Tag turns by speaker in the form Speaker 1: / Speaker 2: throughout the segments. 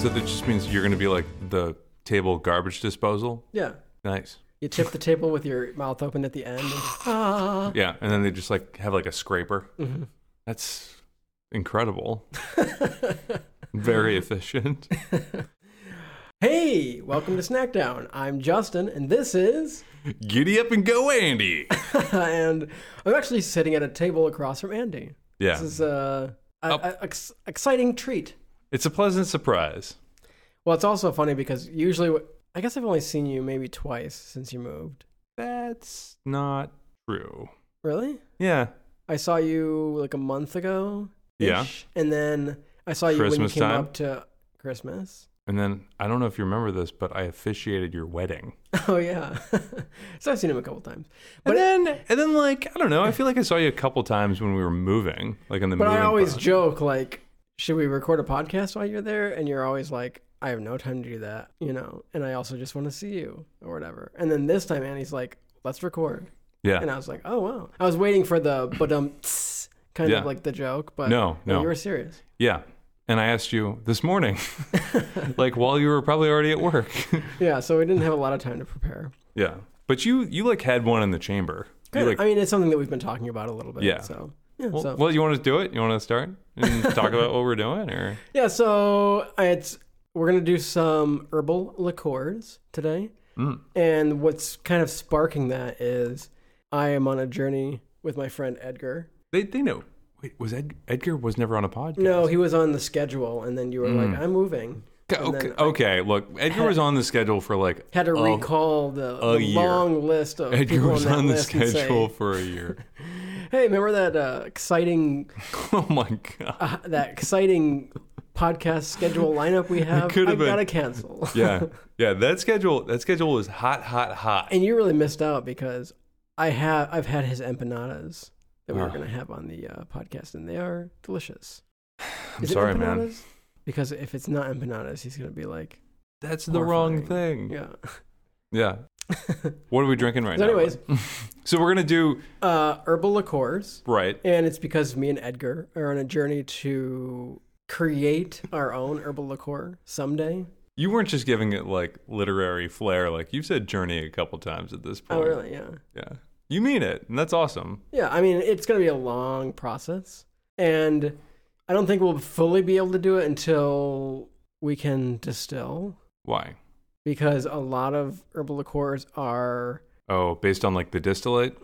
Speaker 1: So that just means you're going to be like the table garbage disposal.
Speaker 2: Yeah.
Speaker 1: Nice.
Speaker 2: You tip the table with your mouth open at the end. and- ah.
Speaker 1: Yeah, and then they just like have like a scraper.
Speaker 2: Mm-hmm.
Speaker 1: That's incredible. Very efficient.
Speaker 2: Hey, welcome to Snackdown. I'm Justin, and this is.
Speaker 1: Giddy up and go, Andy.
Speaker 2: and I'm actually sitting at a table across from Andy.
Speaker 1: Yeah, Oh.
Speaker 2: This is uh, a,
Speaker 1: Up.
Speaker 2: a ex- exciting treat.
Speaker 1: it's a pleasant surprise.
Speaker 2: Well, it's also funny because usually, wh- I guess I've only seen you maybe twice since you moved.
Speaker 1: That's not true.
Speaker 2: Really?
Speaker 1: Yeah,
Speaker 2: I saw you like a month ago.
Speaker 1: yeah.
Speaker 2: And then I saw you when you
Speaker 1: Christmas
Speaker 2: came
Speaker 1: time?
Speaker 2: up to Christmas.
Speaker 1: And then I don't know if you remember this, but I officiated your wedding.
Speaker 2: Oh yeah. so I've seen him a couple times. But
Speaker 1: But then, and then, like I don't know. I feel like I saw you a couple times when we were moving, like in the.
Speaker 2: but I
Speaker 1: moving
Speaker 2: always
Speaker 1: process.
Speaker 2: joke like, should we record a podcast while you're there? And you're always like, I have no time to do that, you know. And I also just want to see you or whatever. And then this time Annie's like, let's record.
Speaker 1: yeah.
Speaker 2: And I was like, oh wow. I was waiting for the but um kind
Speaker 1: Yeah.
Speaker 2: of like the joke, but
Speaker 1: No, no.
Speaker 2: you were serious.
Speaker 1: Yeah. And I asked you this morning, like while you were probably already at work.
Speaker 2: Yeah, so we didn't have a lot of time to prepare.
Speaker 1: yeah. But you you like had one in the chamber. You,
Speaker 2: Kinda-
Speaker 1: like,
Speaker 2: I mean, it's something that we've been talking about a little bit.
Speaker 1: Yeah.
Speaker 2: So yeah,
Speaker 1: well,
Speaker 2: so
Speaker 1: well, you want to do it? You want to start and talk about what we're doing, or
Speaker 2: Yeah, so it's we're gonna do some herbal liqueurs today,
Speaker 1: Mm.
Speaker 2: and what's kind of sparking that is I am on a journey with my friend Edgar.
Speaker 1: they they know. Wait, was Ed, Edgar was never on a podcast?
Speaker 2: No, he was on the schedule, and then you were
Speaker 1: Mm.
Speaker 2: like, "I'm moving." and
Speaker 1: Okay,
Speaker 2: then I
Speaker 1: okay. Look, Edgar was on the schedule for like
Speaker 2: Had to
Speaker 1: a-
Speaker 2: recall the, the
Speaker 1: Oh. year.
Speaker 2: long list of
Speaker 1: Edgar
Speaker 2: people
Speaker 1: was
Speaker 2: on, that
Speaker 1: on the
Speaker 2: list and say,
Speaker 1: schedule for a year.
Speaker 2: hey, remember that uh, exciting
Speaker 1: oh my god.
Speaker 2: uh, that exciting podcast schedule lineup we have?
Speaker 1: could
Speaker 2: I
Speaker 1: have been-
Speaker 2: gotta cancel.
Speaker 1: Yeah, yeah. That schedule that schedule was hot, hot, hot.
Speaker 2: and you really missed out because I have I've had his empanadas that we were
Speaker 1: Ah.
Speaker 2: going to have on the uh, podcast, and they are delicious.
Speaker 1: I'm
Speaker 2: Is it
Speaker 1: sorry, man.
Speaker 2: empanadas? Because if it's not empanadas, he's going to be like,
Speaker 1: That's the wrong thing.
Speaker 2: yeah.
Speaker 1: yeah. What are we drinking right
Speaker 2: So
Speaker 1: now?
Speaker 2: anyways.
Speaker 1: bud? so we're gonna do
Speaker 2: uh, herbal liqueurs,
Speaker 1: right.
Speaker 2: and it's because me and Edgar are on a journey to create our own herbal liqueur someday.
Speaker 1: You weren't just giving it like literary flair, like you've said journey a couple times at this point.
Speaker 2: Oh, really? Yeah.
Speaker 1: Yeah. You mean it, and that's awesome.
Speaker 2: Yeah, I mean, it's going to be a long process. And I don't think we'll fully be able to do it until we can distill
Speaker 1: Why?
Speaker 2: because a lot of herbal liqueurs are
Speaker 1: Oh, based on like the distillate?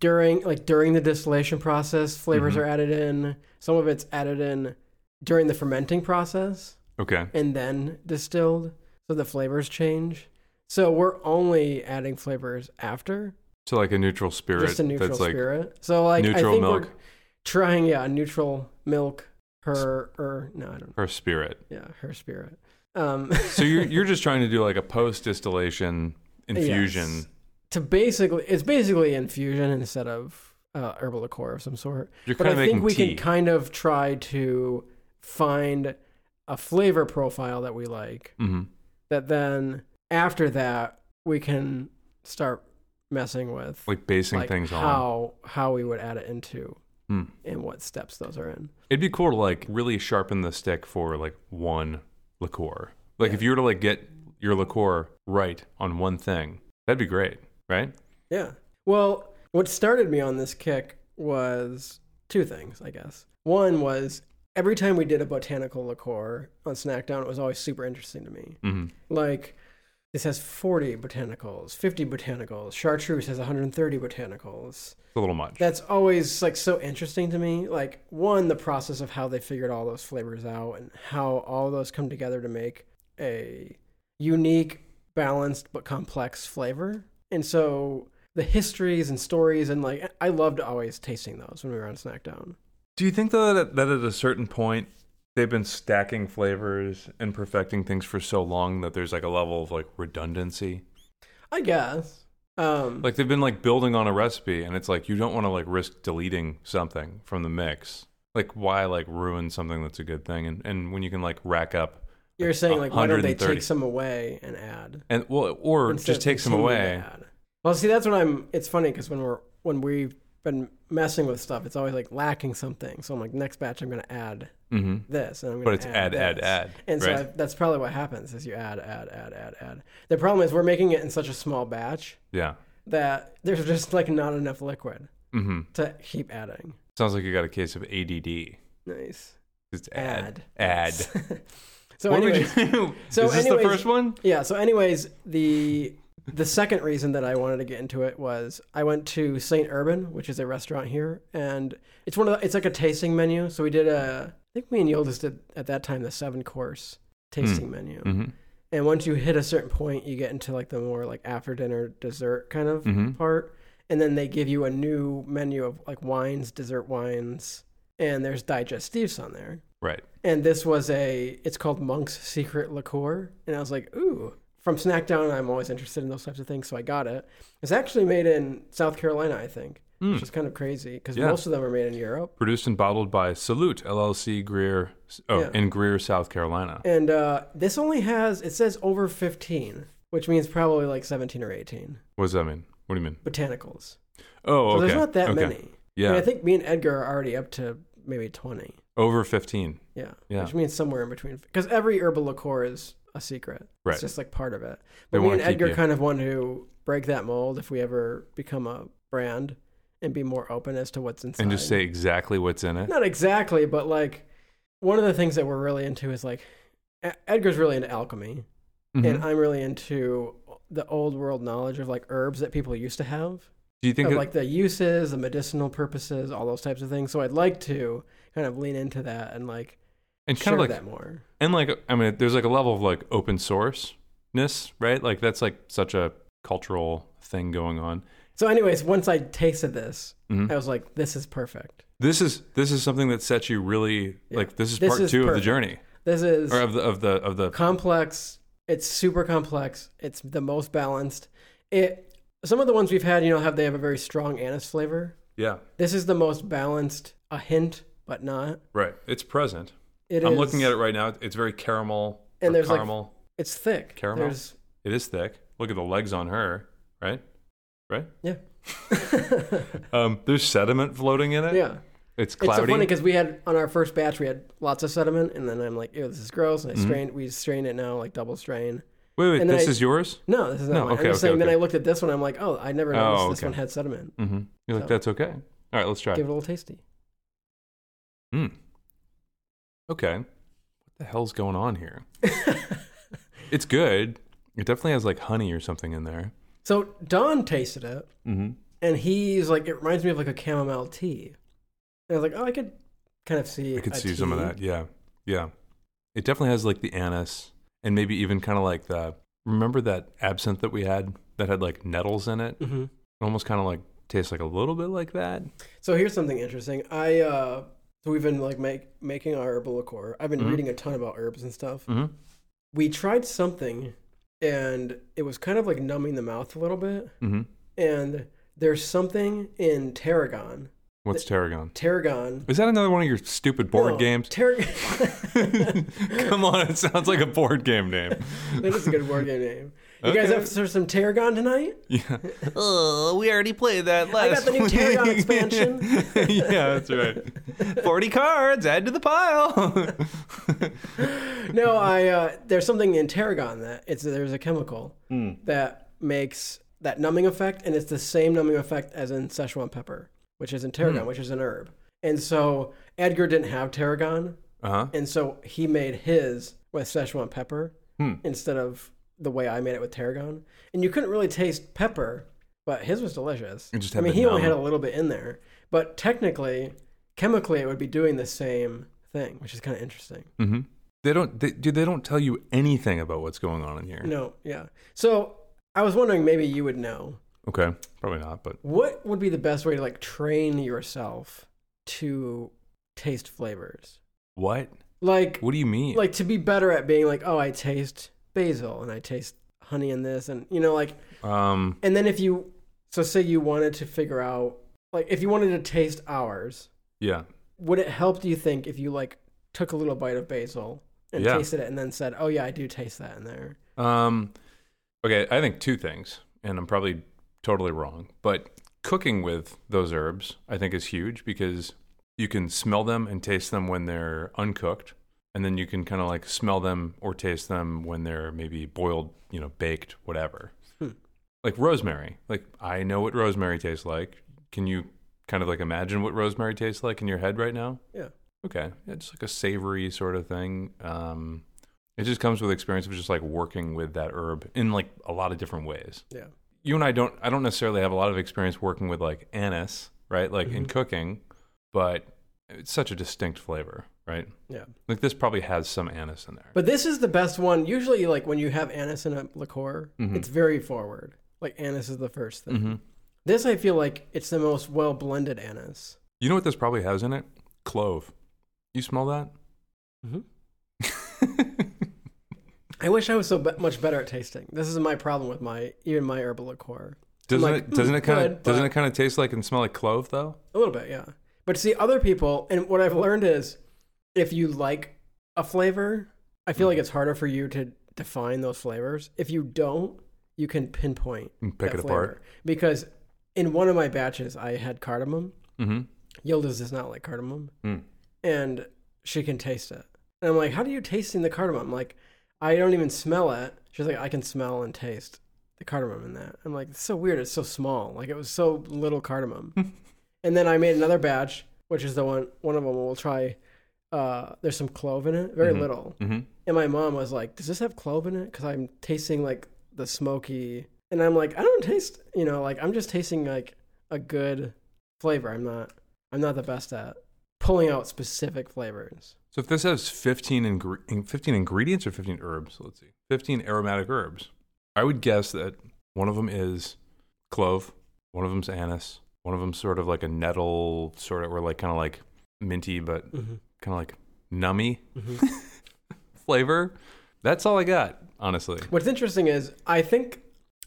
Speaker 2: during like during the distillation process flavors
Speaker 1: Mm-hmm.
Speaker 2: are added in some of it's added in during the fermenting process
Speaker 1: Okay.
Speaker 2: and then distilled so the flavors change so we're only adding flavors after
Speaker 1: So like a neutral spirit
Speaker 2: just a neutral
Speaker 1: that's like
Speaker 2: spirit so like i
Speaker 1: neutral
Speaker 2: think
Speaker 1: milk
Speaker 2: we're trying yeah neutral milk her or no i don't know
Speaker 1: or spirit.
Speaker 2: yeah her spirit um
Speaker 1: So you're you're just trying to do like a post distillation infusion.
Speaker 2: Yes. to basically it's basically infusion instead of uh, herbal liqueur of some sort.
Speaker 1: You're
Speaker 2: But
Speaker 1: kind of
Speaker 2: I
Speaker 1: making
Speaker 2: think we
Speaker 1: tea.
Speaker 2: can kind of try to find a flavor profile that we like.
Speaker 1: Mhm.
Speaker 2: That then after that we can start messing with
Speaker 1: Like basing
Speaker 2: like,
Speaker 1: things on.
Speaker 2: how how we would add it into
Speaker 1: Hmm.
Speaker 2: and what steps those are in.
Speaker 1: It'd be cool to like really sharpen the stick for like one liqueur. Like if you were to like get your liqueur right on one thing, that'd be great, right?
Speaker 2: Yeah. Well, what started me on this kick was two things, I guess. One was every time we did a botanical liqueur on Snackdown, it was always super interesting to me.
Speaker 1: Mm-hmm.
Speaker 2: Like, this has 40 botanicals, 50 botanicals, chartreuse has 130 botanicals.
Speaker 1: It's a little much.
Speaker 2: That's always like so interesting to me. Like, one, the process of how they figured all those flavors out and how all those come together to make a unique, balanced, but complex flavor. And so the histories and stories, and like, I loved always tasting those when we were on Snackdown.
Speaker 1: Do you think though that at, that at a certain point they've been stacking flavors and perfecting things for so long that there's like a level of like redundancy?
Speaker 2: I guess. Um,
Speaker 1: Like they've been like building on a recipe and it's like you don't want to like risk deleting something from the mix. Like why like ruin something that's a good thing and, and when you can like rack up
Speaker 2: you're saying, like, why don't they
Speaker 1: 130.
Speaker 2: take some away and add?
Speaker 1: and well or
Speaker 2: instead
Speaker 1: just
Speaker 2: of
Speaker 1: take some
Speaker 2: continuing
Speaker 1: away.
Speaker 2: to add. Well, see, that's when I'm. It's funny because when we're when we've been messing with stuff, it's always like lacking something. So I'm like, next batch, I'm going to add
Speaker 1: Mm-hmm.
Speaker 2: this, and I'm going
Speaker 1: But it's add, add,
Speaker 2: this.
Speaker 1: add.
Speaker 2: And so
Speaker 1: right?
Speaker 2: I, that's probably what happens is you add, add, add, add, add. The problem is we're making it in such a small batch
Speaker 1: yeah.
Speaker 2: that there's just like not enough liquid
Speaker 1: Mm-hmm.
Speaker 2: to keep adding.
Speaker 1: Sounds like you got a case of ADD.
Speaker 2: Nice.
Speaker 1: It's add. Add.
Speaker 2: Add. so
Speaker 1: what
Speaker 2: anyways,
Speaker 1: do we do?
Speaker 2: so
Speaker 1: Is this
Speaker 2: anyways-
Speaker 1: the first one?
Speaker 2: yeah, so anyways, the the second reason that I wanted to get into it was I went to St. Urban, which is a restaurant here, and it's one of the, it's like a tasting menu. So we did a I think me and Yoldis did at that time the seven course tasting menu.
Speaker 1: Mm-hmm.
Speaker 2: And once you hit a certain point, you get into like the more like after dinner dessert kind of
Speaker 1: Mm-hmm.
Speaker 2: part and then they give you a new menu of like wines dessert wines and there's digestives on there
Speaker 1: Right.
Speaker 2: and this was a it's called monk's secret liqueur and i was like ooh from snackdown i'm always interested in those types of things so i got it it's actually made in south carolina i think
Speaker 1: Mm.
Speaker 2: which is kind of crazy because
Speaker 1: Yeah.
Speaker 2: most of them are made in europe
Speaker 1: Produced and bottled by Salute LLC Greer, oh,
Speaker 2: Yeah.
Speaker 1: in Greer, South Carolina.
Speaker 2: and uh, this only has it says over 15 which means probably like 17 or 18
Speaker 1: What does that mean? What do you mean?
Speaker 2: botanicals
Speaker 1: Oh,
Speaker 2: so
Speaker 1: okay.
Speaker 2: there's not that
Speaker 1: okay.
Speaker 2: many I mean,
Speaker 1: Yeah,
Speaker 2: i think me and edgar are already up to maybe 20
Speaker 1: over fifteen.
Speaker 2: Yeah.
Speaker 1: Yeah.
Speaker 2: Which means somewhere in between. Because every herbal liqueur is a secret.
Speaker 1: Right.
Speaker 2: It's just like part of it.
Speaker 1: They
Speaker 2: But me
Speaker 1: wanna
Speaker 2: and
Speaker 1: keep
Speaker 2: Edgar
Speaker 1: you-
Speaker 2: kind of want to break that mold if we ever become a brand and be more open as to what's inside.
Speaker 1: and just say exactly what's in it.
Speaker 2: Not exactly, but like one of the things that we're really into is like E- Edgar's really into alchemy,
Speaker 1: Mhm.
Speaker 2: and I'm really into the old world knowledge of like herbs that people used to have
Speaker 1: do you think?
Speaker 2: of
Speaker 1: It,
Speaker 2: like the uses, the medicinal purposes, all those types of things. So I'd like to kind of lean into that and like
Speaker 1: and
Speaker 2: share
Speaker 1: kind of like
Speaker 2: that more.
Speaker 1: and like I mean, there's like a level of like open source ness, right? Like that's like such a cultural thing going on.
Speaker 2: So, anyways, once I tasted this,
Speaker 1: Mhm.
Speaker 2: I was like, "This is perfect.
Speaker 1: This is this is something that sets you really
Speaker 2: Yeah.
Speaker 1: like this is
Speaker 2: This
Speaker 1: part
Speaker 2: is
Speaker 1: two of the
Speaker 2: perfect.
Speaker 1: journey
Speaker 2: This is
Speaker 1: or of the of the of the
Speaker 2: complex. It's super complex. It's the most balanced. It. Some of the ones we've had, you know, have they have a very strong anise flavor.
Speaker 1: yeah
Speaker 2: This is the most balanced. A hint, but not.
Speaker 1: right. It's present.
Speaker 2: It
Speaker 1: I'm
Speaker 2: is-
Speaker 1: looking at it right now. It's very caramel
Speaker 2: And
Speaker 1: or
Speaker 2: there's, like,
Speaker 1: caramel.
Speaker 2: It's thick.
Speaker 1: Caramel?
Speaker 2: There's,
Speaker 1: it is thick. Look at the legs on her, right? Right.
Speaker 2: yeah.
Speaker 1: Um, there's sediment floating in it.
Speaker 2: yeah.
Speaker 1: It's
Speaker 2: It's
Speaker 1: cloudy.
Speaker 2: so funny because we had on our first batch we had lots of sediment, and then I'm like, "Ew, this is gross." And I
Speaker 1: Mhm.
Speaker 2: strained. We strained it now, like double strain.
Speaker 1: wait, wait.
Speaker 2: and then
Speaker 1: This
Speaker 2: I-
Speaker 1: is yours.
Speaker 2: No, this is not.
Speaker 1: No,
Speaker 2: mine.
Speaker 1: okay,
Speaker 2: I'm just
Speaker 1: okay,
Speaker 2: saying. Then
Speaker 1: okay.
Speaker 2: I looked at this one. I'm like, "Oh, I never
Speaker 1: Oh,
Speaker 2: noticed this
Speaker 1: okay.
Speaker 2: one had sediment."
Speaker 1: Mm-hmm. You're like,
Speaker 2: So-
Speaker 1: that's okay. All right, let's try.
Speaker 2: Give
Speaker 1: it.
Speaker 2: it a little tasty.
Speaker 1: Mm. Okay. What the hell's going on here? It's good. It definitely has like honey or something in there.
Speaker 2: so Don tasted it,
Speaker 1: Mm-hmm.
Speaker 2: and he's like, "It reminds me of like a chamomile tea." And I was like, "Oh, I could kind of see.
Speaker 1: I could
Speaker 2: a
Speaker 1: see some of
Speaker 2: tea."
Speaker 1: that. Yeah. Yeah. It definitely has like the anise and maybe even kind of like the remember that absinthe that we had that had like nettles in it? It
Speaker 2: Mhm.
Speaker 1: almost kind of like tastes like a little bit like that.
Speaker 2: So here's something interesting. I uh, so we've been like make, making our herbal liqueur. I've been
Speaker 1: Mhm.
Speaker 2: reading a ton about herbs and stuff.
Speaker 1: Mm-hmm.
Speaker 2: We tried something, and it was kind of like numbing the mouth a little bit.
Speaker 1: Mm-hmm.
Speaker 2: And there's something in tarragon.
Speaker 1: What's tarragon?
Speaker 2: Tarragon. Oh,
Speaker 1: Is that another one of your stupid board
Speaker 2: No,
Speaker 1: games?
Speaker 2: Tarragon.
Speaker 1: Come on, it sounds like a board game name.
Speaker 2: that is a good war game name. You guys
Speaker 1: Okay.
Speaker 2: up for some tarragon tonight?
Speaker 1: Yeah. Oh, we already played that last.
Speaker 2: got the new Tarragon
Speaker 1: week.
Speaker 2: expansion.
Speaker 1: yeah, that's right. Forty cards, add to the pile.
Speaker 2: No, I. Uh, there's something in tarragon that it's there's a chemical
Speaker 1: Hmm.
Speaker 2: that makes that numbing effect, and it's the same numbing effect as in Szechuan pepper, which is in tarragon,
Speaker 1: Hmm.
Speaker 2: which is an herb. And so Edgar didn't have tarragon,
Speaker 1: uh huh.
Speaker 2: and so he made his with Szechuan pepper
Speaker 1: Hmm.
Speaker 2: instead of the way I made it with tarragon. And you couldn't really taste pepper, but his was delicious.
Speaker 1: It just
Speaker 2: I
Speaker 1: had
Speaker 2: mean,
Speaker 1: the
Speaker 2: he only
Speaker 1: numb.
Speaker 2: had a little bit in there, but technically, chemically, it would be doing the same thing, which is kind of interesting.
Speaker 1: Mm-hmm. They don't. They, dude, they don't tell you anything about what's going on in here.
Speaker 2: No, yeah. So I was wondering, maybe you would know
Speaker 1: Okay, probably not. But
Speaker 2: what would be the best way to like train yourself to taste flavors,
Speaker 1: what?
Speaker 2: like
Speaker 1: What do you mean?
Speaker 2: like to be better at being like, oh, I taste basil and I taste honey in this, and you know, like,
Speaker 1: um.
Speaker 2: and then if you so say you wanted to figure out like if you wanted to taste ours,
Speaker 1: Yeah.
Speaker 2: would it help? Do you think if you like took a little bite of basil? And
Speaker 1: Yeah.
Speaker 2: tasted it, and then said, "Oh yeah, I do taste that in there."
Speaker 1: Um. Okay, I think two things, and I'm probably totally wrong, but cooking with those herbs, I think, is huge because you can smell them and taste them when they're uncooked. And then you can kind of like smell them or taste them when they're maybe boiled, you know, baked, whatever.
Speaker 2: Hmm.
Speaker 1: Like rosemary. Like, I know what rosemary tastes like. Can you kind of like imagine what rosemary tastes like in your head right now?
Speaker 2: Yeah.
Speaker 1: Okay. Yeah, just like a savory sort of thing. Um, it just comes with experience of just like working with that herb in like a lot of different ways
Speaker 2: Yeah.
Speaker 1: you and I don't I don't necessarily have a lot of experience working with like anise, right? Like in
Speaker 2: Mhm.
Speaker 1: cooking, but it's such a distinct flavor, right?
Speaker 2: Yeah.
Speaker 1: Like this probably has some anise in there.
Speaker 2: But this is the best one. Usually, like when you have anise in a liqueur,
Speaker 1: Mhm.
Speaker 2: it's very forward. Like anise is the first thing.
Speaker 1: Mhm.
Speaker 2: This I feel like it's the most well blended anise.
Speaker 1: You know what this probably has in it? Clove. You smell that? Mm-hmm.
Speaker 2: Mhm. I wish I was so be- much better at tasting. This is my problem with my even my herbal liqueur.
Speaker 1: doesn't
Speaker 2: like,
Speaker 1: it doesn't
Speaker 2: "Mm,
Speaker 1: it kind
Speaker 2: good,
Speaker 1: of doesn't
Speaker 2: but-"
Speaker 1: it kind of taste like and smell like clove though?
Speaker 2: A little bit, yeah. But see, other people, and what I've learned is if you like a flavor, I
Speaker 1: Mm-hmm.
Speaker 2: feel like it's harder for you to define those flavors. If you don't, you can pinpoint
Speaker 1: You can pick
Speaker 2: that
Speaker 1: it
Speaker 2: flavor.
Speaker 1: apart.
Speaker 2: Because in one of my batches, I had cardamom.
Speaker 1: Mm-hmm.
Speaker 2: Yildiz does not like cardamom,
Speaker 1: Hmm.
Speaker 2: and she can taste it. And I'm like, how do you tasting the cardamom? I'm like, I don't even smell it. She's like, I can smell and taste the cardamom in that. I'm like, it's so weird. It's so small. Like it was so little cardamom. and then I made another batch, which is the one one of them we'll try. Uh, there's some clove in it, very little.
Speaker 1: Mm-hmm.
Speaker 2: And my mom was like, "Does this have clove in it?" Because I'm tasting like the smoky, and I'm like, "I don't taste, you know, like I'm just tasting like a good flavor. I'm not, I'm not the best at pulling out specific flavors."
Speaker 1: So if this has 15, ingre- 15 ingredients or 15 herbs, let's see, 15 aromatic herbs, I would guess that one of them is clove, one of them's anise, one of them's sort of like a nettle, sort of, or like kind of like minty, but
Speaker 2: Mm-hmm.
Speaker 1: kind of like nummy
Speaker 2: Mm-hmm.
Speaker 1: flavor. That's all I got, honestly.
Speaker 2: What's interesting is I think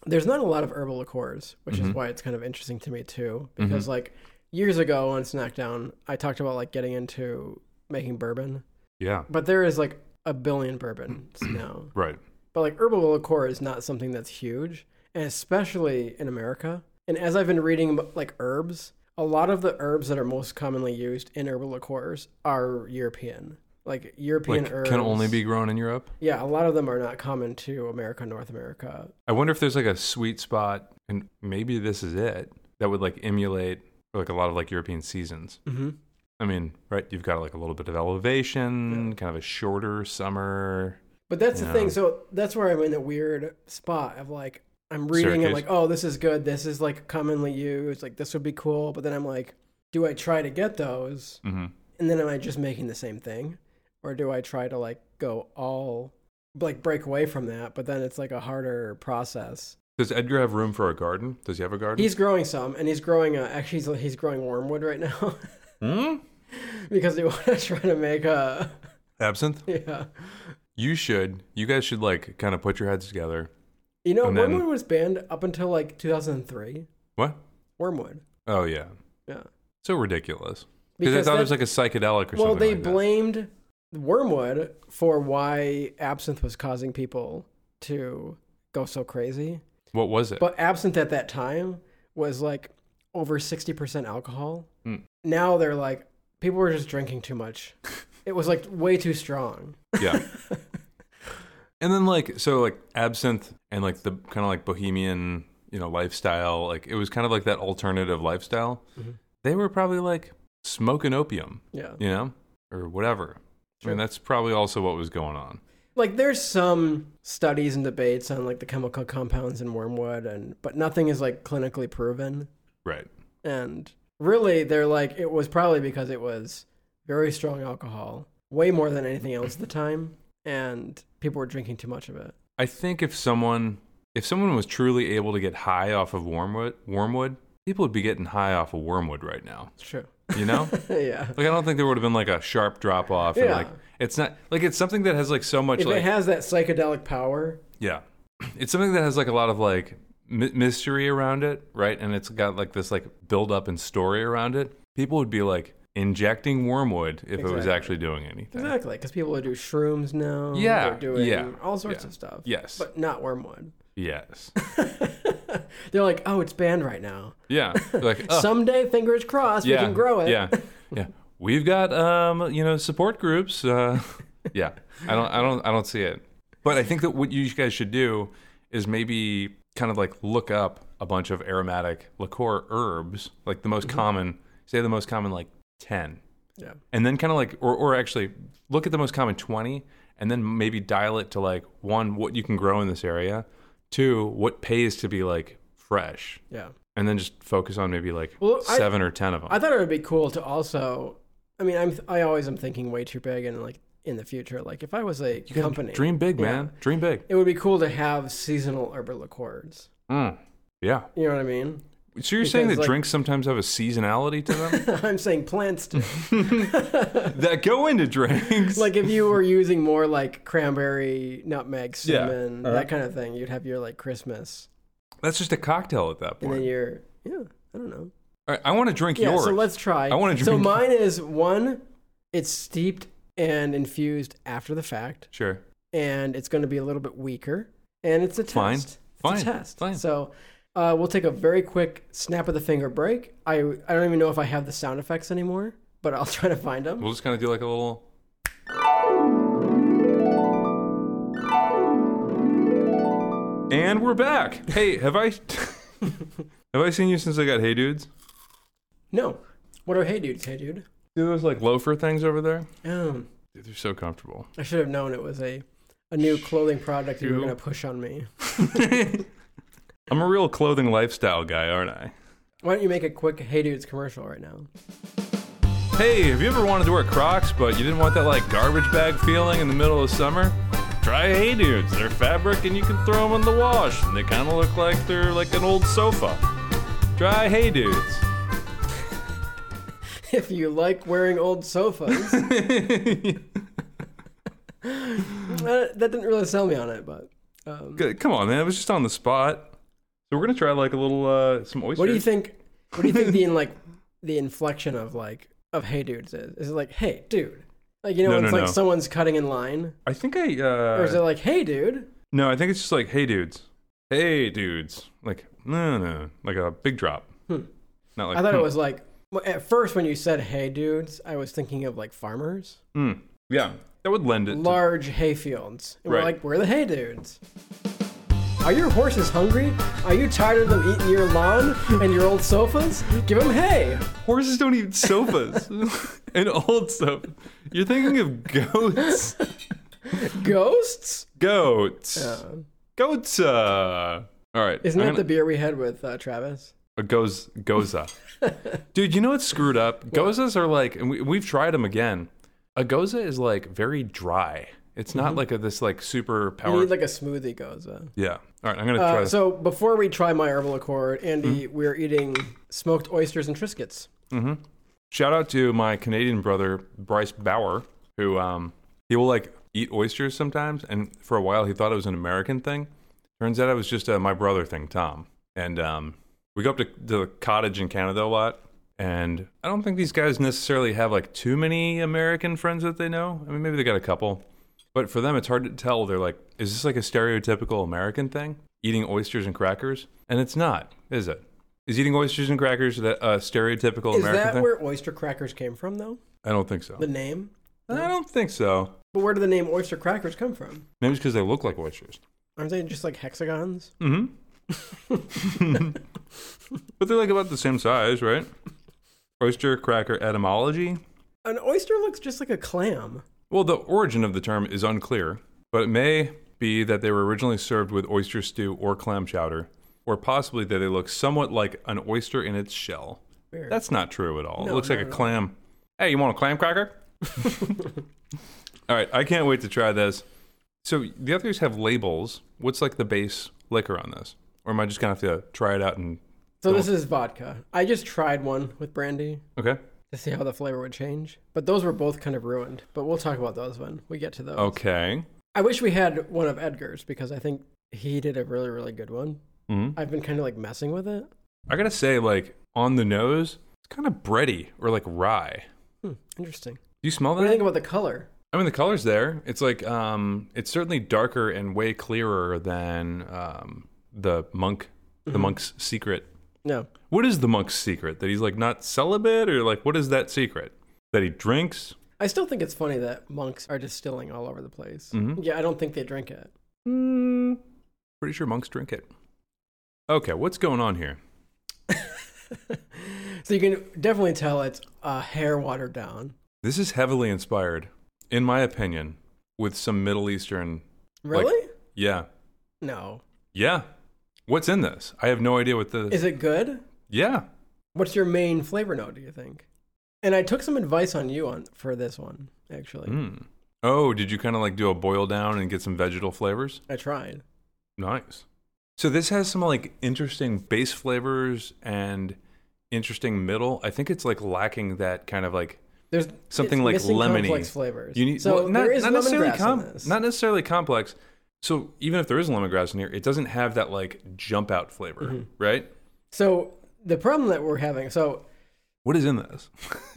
Speaker 2: there's not a lot of herbal liqueurs, which
Speaker 1: Mhm.
Speaker 2: is why it's kind of interesting to me too. Because like years ago on Snackdown, I talked about like getting into making bourbon,
Speaker 1: Yeah.
Speaker 2: but there is like a billion bourbons now.
Speaker 1: Right.
Speaker 2: But like herbal liqueur is not something that's huge, and especially in America. And as I've been reading about, like herbs, a lot of the herbs that are most commonly used in herbal liqueurs are European. Like European
Speaker 1: Like
Speaker 2: herbs
Speaker 1: can only be grown in Europe.
Speaker 2: Yeah, a lot of them are not common to America, North America.
Speaker 1: I wonder if there's like a sweet spot, and maybe this is it, that would like emulate like a lot of like European seasons.
Speaker 2: Mm-hmm.
Speaker 1: I mean, right? You've got like a little bit of elevation, kind of a shorter summer.
Speaker 2: But that's the
Speaker 1: Yeah.
Speaker 2: thing. So that's where I'm in the weird spot of like I'm reading and
Speaker 1: Syracuse.
Speaker 2: like, oh, this is good. This is like commonly used. Like this would be cool. But then I'm like, do I try to get those?
Speaker 1: Mm-hmm.
Speaker 2: and then am I just making the same thing, or do I try to like go all like break away from that? But then it's like a harder process.
Speaker 1: Does Edgar have room for a garden? Does he have a garden?
Speaker 2: He's growing some, and he's growing. Uh, actually, he's, he's growing wormwood right now
Speaker 1: Hmm?
Speaker 2: because they want to try to make a
Speaker 1: Absinthe?
Speaker 2: yeah.
Speaker 1: You should. You guys should like kind of put your heads together.
Speaker 2: You know,
Speaker 1: And then-
Speaker 2: wormwood was banned up until like 2003.
Speaker 1: What?
Speaker 2: Wormwood,
Speaker 1: Oh, yeah.
Speaker 2: yeah,
Speaker 1: So ridiculous. Because I thought it was
Speaker 2: that-
Speaker 1: like a psychedelic or
Speaker 2: well,
Speaker 1: something.
Speaker 2: they
Speaker 1: like that.
Speaker 2: blamed wormwood for why absinthe was causing people to go so crazy.
Speaker 1: What was it?
Speaker 2: But absinthe at that time was like over 60% alcohol.
Speaker 1: Mm.
Speaker 2: Now they're like, people were just drinking too much. it was like way too strong.
Speaker 1: yeah. And then like so like absinthe and like the kind of like bohemian, you know, lifestyle, like it was kind of like that alternative lifestyle.
Speaker 2: Mhm.
Speaker 1: They were probably like smoking opium,
Speaker 2: Yeah.
Speaker 1: you know, or whatever. I
Speaker 2: Sure.
Speaker 1: mean, that's probably also what was going on.
Speaker 2: Like there's some studies and debates on like the chemical compounds in wormwood and but nothing is like clinically proven.
Speaker 1: Right.
Speaker 2: And really they're like it was probably because it was very strong alcohol, way more than anything else at the time, and people were drinking too much of it.
Speaker 1: I think if someone if someone was truly able to get high off of wormwood, wormwood, people would be getting high off of wormwood right now.
Speaker 2: It's true.
Speaker 1: You know?
Speaker 2: yeah.
Speaker 1: like I don't think there would have been like a sharp drop off.
Speaker 2: Yeah.
Speaker 1: like it's not like it's something that has like so much
Speaker 2: If
Speaker 1: like
Speaker 2: it has that psychedelic power,
Speaker 1: yeah, it's something that has like a lot of like my- mystery around it, right? And it's got like this like build up and story around it. People would be like injecting wormwood if it was
Speaker 2: Exactly.
Speaker 1: actually doing anything.
Speaker 2: Exactly, because people do shrooms now.
Speaker 1: Yeah,
Speaker 2: they're doing
Speaker 1: yeah,
Speaker 2: all sorts
Speaker 1: yeah.
Speaker 2: of stuff.
Speaker 1: Yes.
Speaker 2: but not wormwood.
Speaker 1: Yes.
Speaker 2: They're like, oh, it's banned right now.
Speaker 1: Yeah. Like, "Ugh,
Speaker 2: Someday, fingers crossed,
Speaker 1: yeah,
Speaker 2: we can grow it.
Speaker 1: Yeah. Yeah. We've got um, you know, support groups. Uh, yeah. I don't I don't I don't see it. But I think that what you guys should do is maybe kind of like look up a bunch of aromatic liqueur herbs, like the most common, say the most common like 10.
Speaker 2: Mm-hmm. Yeah.
Speaker 1: And then kind of like or or actually look at the most common 20 and then maybe dial it to like one what you can grow in this area, two what pays to be like fresh,
Speaker 2: Yeah.
Speaker 1: and then just focus on maybe like
Speaker 2: Well, I-
Speaker 1: 7 or 10 of them.
Speaker 2: I thought it would be cool to also. I mean, I'm I always am thinking way too big and like in the future. Like if I was a
Speaker 1: gotta
Speaker 2: company,
Speaker 1: Dream big,
Speaker 2: Yeah.
Speaker 1: man. Dream big.
Speaker 2: it would be cool to have seasonal herbal liqueurs.
Speaker 1: Mm. Yeah.
Speaker 2: You know what I mean?
Speaker 1: So you're saying
Speaker 2: Because,
Speaker 1: that
Speaker 2: like-
Speaker 1: drinks sometimes have a seasonality to them
Speaker 2: I'm saying plants. do.
Speaker 1: that go into drinks?
Speaker 2: like if you were using more like cranberry, nutmeg, cinnamon,
Speaker 1: Alright.
Speaker 2: that kind of thing, you'd have your like Christmas,
Speaker 1: That's just a cocktail at that
Speaker 2: and
Speaker 1: point.
Speaker 2: then your yeah. I don't know.
Speaker 1: All right, I want to drink
Speaker 2: Yeah.
Speaker 1: yours.
Speaker 2: So let's try.
Speaker 1: I wanna
Speaker 2: So
Speaker 1: drink-
Speaker 2: mine is one. It's steeped and infused after the fact.
Speaker 1: sure.
Speaker 2: and it's going to be a little bit weaker. And it's a test.
Speaker 1: Fine.
Speaker 2: It's
Speaker 1: Fine.
Speaker 2: a test.
Speaker 1: Fine.
Speaker 2: So uh, we'll take a very quick snap of the finger break. I I don't even know if I have the sound effects anymore, but I'll try to find them.
Speaker 1: We'll just kind of do like a little. And we're back. Hey, have I have I seen you since I got Hey Dudes?
Speaker 2: No. What are hey dudes? Hey dude.
Speaker 1: Do those like loafer things over there?
Speaker 2: Um,
Speaker 1: Dude, they're so comfortable.
Speaker 2: I should have known it was a a new clothing product you were
Speaker 1: Shoot.
Speaker 2: going to push on me.
Speaker 1: I'm a real clothing lifestyle guy, aren't I?
Speaker 2: Why don't you make a quick hey dudes commercial right now?
Speaker 1: Hey, have you ever wanted to wear Crocs, but you didn't want that like garbage bag feeling in the middle of summer? Try Hey Dudes. They're fabric and you can throw them in the wash, and they kind of look like they're like an old sofa. Try Hey Dudes.
Speaker 2: if you like wearing old sofas. Uh, that didn't really sell me on it, but um,
Speaker 1: Good. Come on, man. It was just on the spot. So we're gonna try like a little uh some oysters.
Speaker 2: What do you think? What do you think the in, like the inflection of like of hey dudes is? Is it like hey dude? Like you know
Speaker 1: No,
Speaker 2: when
Speaker 1: no,
Speaker 2: it's like
Speaker 1: no.
Speaker 2: someone's cutting in line,
Speaker 1: I think I
Speaker 2: or is it
Speaker 1: uh
Speaker 2: like hey dude?
Speaker 1: no. I think it's just like Hey Dudes. Hey Dudes. Like no no like a big drop.
Speaker 2: Hmm.
Speaker 1: Not like
Speaker 2: I thought it
Speaker 1: hmm,
Speaker 2: was like well, at first when you said hey dudes, I was thinking of like farmers,
Speaker 1: hmm. Yeah, that would lend it. to-
Speaker 2: large hay fields, and we're
Speaker 1: Right.
Speaker 2: like we're the hey dudes. Are your horses hungry? Are you tired of them eating your lawn and your old sofas? Give them hay.
Speaker 1: Horses don't eat sofas. An old sofa. You're thinking of goats.
Speaker 2: Ghosts?
Speaker 1: Goats.
Speaker 2: Uh,
Speaker 1: Goats. Uh... All right.
Speaker 2: isn't
Speaker 1: I'm
Speaker 2: that the
Speaker 1: gonna-
Speaker 2: beer we had with uh, Travis?
Speaker 1: a goes goza? Dude, you know what's screwed up? Gozas are like, and we, we've tried them again. A goza is like very dry. It's not like a, this like super
Speaker 2: Mm-hmm. You
Speaker 1: power.
Speaker 2: need like a smoothie goza.
Speaker 1: yeah. All right. I'm gonna
Speaker 2: Uh,
Speaker 1: try. this.
Speaker 2: so before we try my herbal accord, Andy,
Speaker 1: Mm-hmm.
Speaker 2: we're eating smoked oysters and triscuits.
Speaker 1: Shout out to my Canadian brother Bryce Bauer, who um he will like eat oysters sometimes, and for a while he thought it was an American thing. Turns out it was just uh, my brother thing, Tom. And um, we go up to, to the cottage in Canada a lot, and I don't think these guys necessarily have like too many American friends that they know. I mean, maybe they got a couple, but for them it's hard to tell. They're like, is this like a stereotypical American thing, eating oysters and crackers? And it's not, is it? Is eating oysters and crackers a a stereotypical
Speaker 2: Is
Speaker 1: American
Speaker 2: that
Speaker 1: thing?
Speaker 2: where oyster crackers came from, though?
Speaker 1: I don't think so.
Speaker 2: The name?
Speaker 1: I don't think so.
Speaker 2: But where did the name oyster crackers come from?
Speaker 1: Maybe it's because they look like oysters.
Speaker 2: Aren't they just like hexagons?
Speaker 1: Mm-hmm. but they're like about the same size, right? Oyster cracker etymology.
Speaker 2: An oyster looks just like a clam.
Speaker 1: Well, the origin of the term is unclear, but it may be that they were originally served with oyster stew or clam chowder, or possibly that they look somewhat like an oyster in its shell.
Speaker 2: Weird.
Speaker 1: That's not true at all. it
Speaker 2: No,
Speaker 1: looks like
Speaker 2: not
Speaker 1: a
Speaker 2: at all.
Speaker 1: clam. Hey, you want a clam cracker? all right, I can't wait to try this. So the others have labels. What's like the base liquor on this? Or am I just gonna have to try it out and
Speaker 2: so this is vodka. I just tried one with brandy
Speaker 1: okay?
Speaker 2: to see how the flavor would change. But those were both kind of ruined. But we'll talk about those when we get to those.
Speaker 1: Okay.
Speaker 2: I wish we had one of Edgar's because I think he did a really, really good one.
Speaker 1: hmm
Speaker 2: I've been kind of like messing with it.
Speaker 1: I gotta say, like on the nose, it's kind of bready or like rye.
Speaker 2: Hmm, interesting.
Speaker 1: Do you smell
Speaker 2: What do you
Speaker 1: that?
Speaker 2: think about the color?
Speaker 1: I mean, the color's there. It's like um, it's certainly darker and way clearer than um, the monk the monk's secret.
Speaker 2: No.
Speaker 1: What is the monk's secret? That he's like not celibate or like what is that secret? That he drinks?
Speaker 2: I still think it's funny that monks are distilling all over the place.
Speaker 1: Mhm.
Speaker 2: Yeah, I don't think they drink it.
Speaker 1: Mm, pretty sure monks drink it. Okay, what's going on here?
Speaker 2: So you can definitely tell it's a hair watered down.
Speaker 1: This is heavily inspired, in my opinion, with some Middle Eastern. Like-
Speaker 2: Really?
Speaker 1: Yeah.
Speaker 2: no.
Speaker 1: Yeah. What's in this? I have no idea what the.
Speaker 2: Is it good?
Speaker 1: yeah.
Speaker 2: What's your main flavor note, do you think? And I took some advice on you on for this one, actually.
Speaker 1: Mm. Oh, did you kind of like do a boil down and get some vegetal flavors?
Speaker 2: I tried.
Speaker 1: Nice. So this has some like interesting base flavors and interesting middle. I think it's like lacking that kind of like
Speaker 2: There's
Speaker 1: Something
Speaker 2: it's
Speaker 1: like
Speaker 2: missing
Speaker 1: lemony.
Speaker 2: complex flavors.
Speaker 1: you need.
Speaker 2: so
Speaker 1: well, not,
Speaker 2: there is
Speaker 1: not necessarily
Speaker 2: lemongrass
Speaker 1: com-
Speaker 2: in this.
Speaker 1: not necessarily complex. So even if there is lemongrass in here, it doesn't have that like jump out flavor,
Speaker 2: Mm-hmm.
Speaker 1: right?
Speaker 2: so the problem that we're having. So
Speaker 1: What is in this?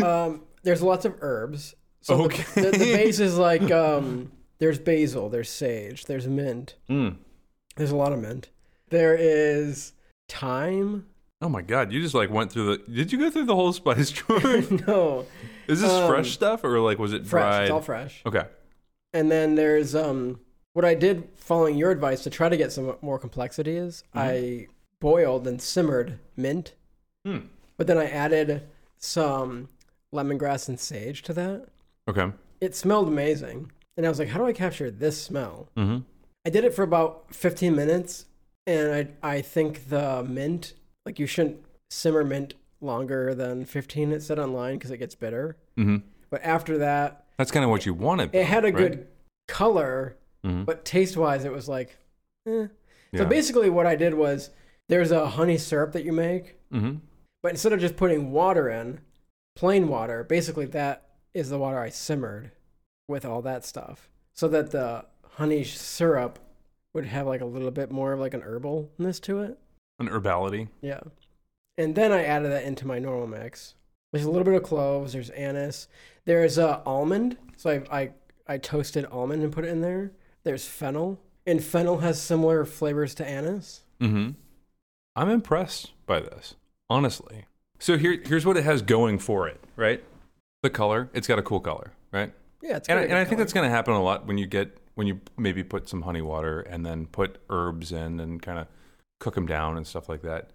Speaker 2: um, there's lots of herbs. So the-
Speaker 1: Okay.
Speaker 2: the, the, base is like um, there's basil, there's sage, there's mint.
Speaker 1: Mm.
Speaker 2: There's a lot of mint. There is thyme.
Speaker 1: Oh my god! You just like went through the. Did you go through the whole spice drawer?
Speaker 2: no,
Speaker 1: is this
Speaker 2: Um,
Speaker 1: fresh stuff or like was it
Speaker 2: fresh.
Speaker 1: dried?
Speaker 2: It's all fresh.
Speaker 1: okay.
Speaker 2: And then there's um what I did following your advice to try to get some more complexity is I boiled and simmered mint,
Speaker 1: Hmm.
Speaker 2: but then I added some lemongrass and sage to that.
Speaker 1: Okay.
Speaker 2: It smelled amazing. And I was like, how do I capture this smell?
Speaker 1: Mm-hmm.
Speaker 2: I did it for about 15 minutes and I I think the mint like you shouldn't simmer mint longer than 15 it said online cuz it gets bitter.
Speaker 1: Mm-hmm.
Speaker 2: But after that,
Speaker 1: That's kind of what you wanted.
Speaker 2: it had a
Speaker 1: right?
Speaker 2: good color
Speaker 1: Mhm.
Speaker 2: but taste wise it was like eh.
Speaker 1: Yeah.
Speaker 2: so basically what i did was there's a honey syrup that you make
Speaker 1: Mhm.
Speaker 2: but instead of just putting water in plain water basically that is the water i simmered with all that stuff so that the honey syrup would have like a little bit more of like an herbalness to it
Speaker 1: An herbality.
Speaker 2: yeah and then i added that into my normal mix there's a little bit of cloves there's anise there's uh, almond so I, I i toasted almond and put it in there there's fennel and fennel has similar flavors to anise
Speaker 1: Mm-hmm. I'm impressed by this, honestly. So here, here's what it has going for it, right? The color, it's got a cool color, right?
Speaker 2: yeah it's
Speaker 1: And I,
Speaker 2: got a
Speaker 1: and
Speaker 2: good
Speaker 1: I think
Speaker 2: color.
Speaker 1: that's going to happen a lot when you get when you maybe put some honey water and then put herbs in and kind of cook them down and stuff like that.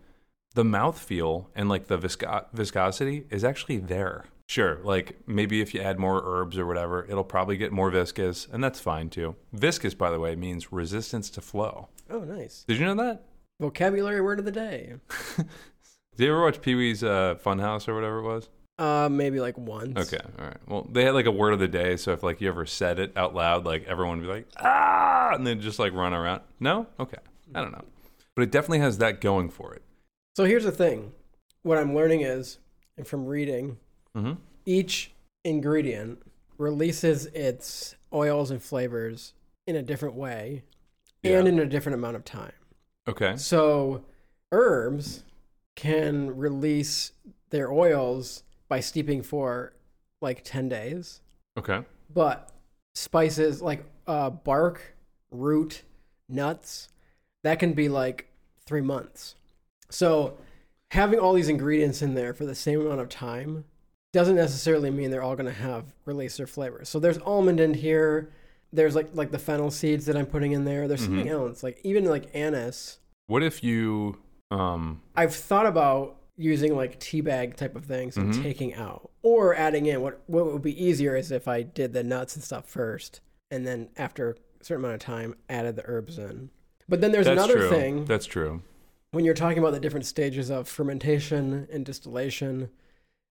Speaker 1: The mouthfeel and like the visco- viscosity is actually there. Sure, like maybe if you add more herbs or whatever, it'll probably get more viscous, and that's fine too. Viscous, by the way, means resistance to flow.
Speaker 2: oh nice
Speaker 1: Did you know that?
Speaker 2: vocabulary word of the day
Speaker 1: Did you ever watch Pee Wee's uh, Funhouse or whatever it was?
Speaker 2: uh maybe like once
Speaker 1: Okay, all right. Well, they had like a word of the day, so if like you ever said it out loud, like everyone would be like ah, and then just like run around. No, okay, I don't know, but it definitely has that going for it.
Speaker 2: so here's the thing what i'm learning is and from reading
Speaker 1: Mm-hmm.
Speaker 2: each ingredient releases its oils and flavors in a different way and
Speaker 1: Yeah.
Speaker 2: in a different amount of time.
Speaker 1: Okay,
Speaker 2: So herbs can release their oils by steeping for like 10 days,
Speaker 1: okay,
Speaker 2: but spices like uh, bark, root, nuts, that can be like 3 months. So having all these ingredients in there for the same amount of time doesn't necessarily mean they're all going to have release their flavors. So there's almond in here. There's like like the fennel seeds that I'm putting in there. There's something else like even like anise.
Speaker 1: what if you um
Speaker 2: I've thought about using like tea bag type of things and
Speaker 1: Mhm.
Speaker 2: taking out or adding in. What what would be easier is if I did the nuts and stuff first, and then after a certain amount of time added the herbs in. But then there's
Speaker 1: that's
Speaker 2: another
Speaker 1: true.
Speaker 2: thing
Speaker 1: That's true.
Speaker 2: when you're talking about the different stages of fermentation and distillation,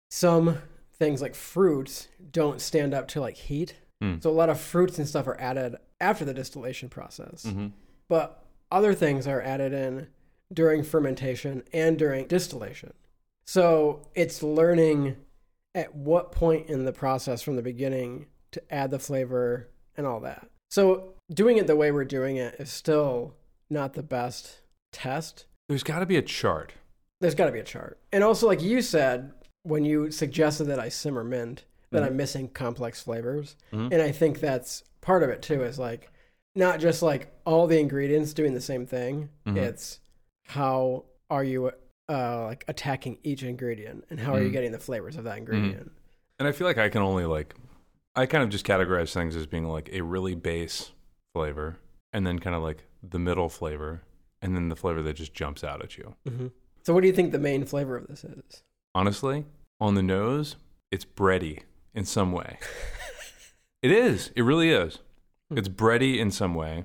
Speaker 2: some things like fruits don't stand up to like heat.
Speaker 1: Mm.
Speaker 2: So a lot of fruits and stuff are added after the distillation process.
Speaker 1: hmm
Speaker 2: But other things are added in during fermentation and during distillation. So it's learning at what point in the process from the beginning to add the flavor and all that. So doing it the way we're doing it is still not the best test
Speaker 1: There's got to be a chart.
Speaker 2: there's got to be a chart. And also, like you said, when you suggested that I simmer mint, that
Speaker 1: Mm-hmm.
Speaker 2: I'm missing complex flavors.
Speaker 1: Mhm.
Speaker 2: And I think that's part of it too, is like not just like all the ingredients doing the same thing.
Speaker 1: Mhm.
Speaker 2: It's how are you uh, like attacking each ingredient and how are you
Speaker 1: Mm.
Speaker 2: getting the flavors of that ingredient?
Speaker 1: And I feel like I can only like I kind of just categorize things as being like a really base flavor and then kind of like the middle flavor and then the flavor that just jumps out at you.
Speaker 2: hmm So, what do you think the main flavor of this is?
Speaker 1: Honestly, on the nose, it's bready in some way. it is. It really is. It's bready in some way.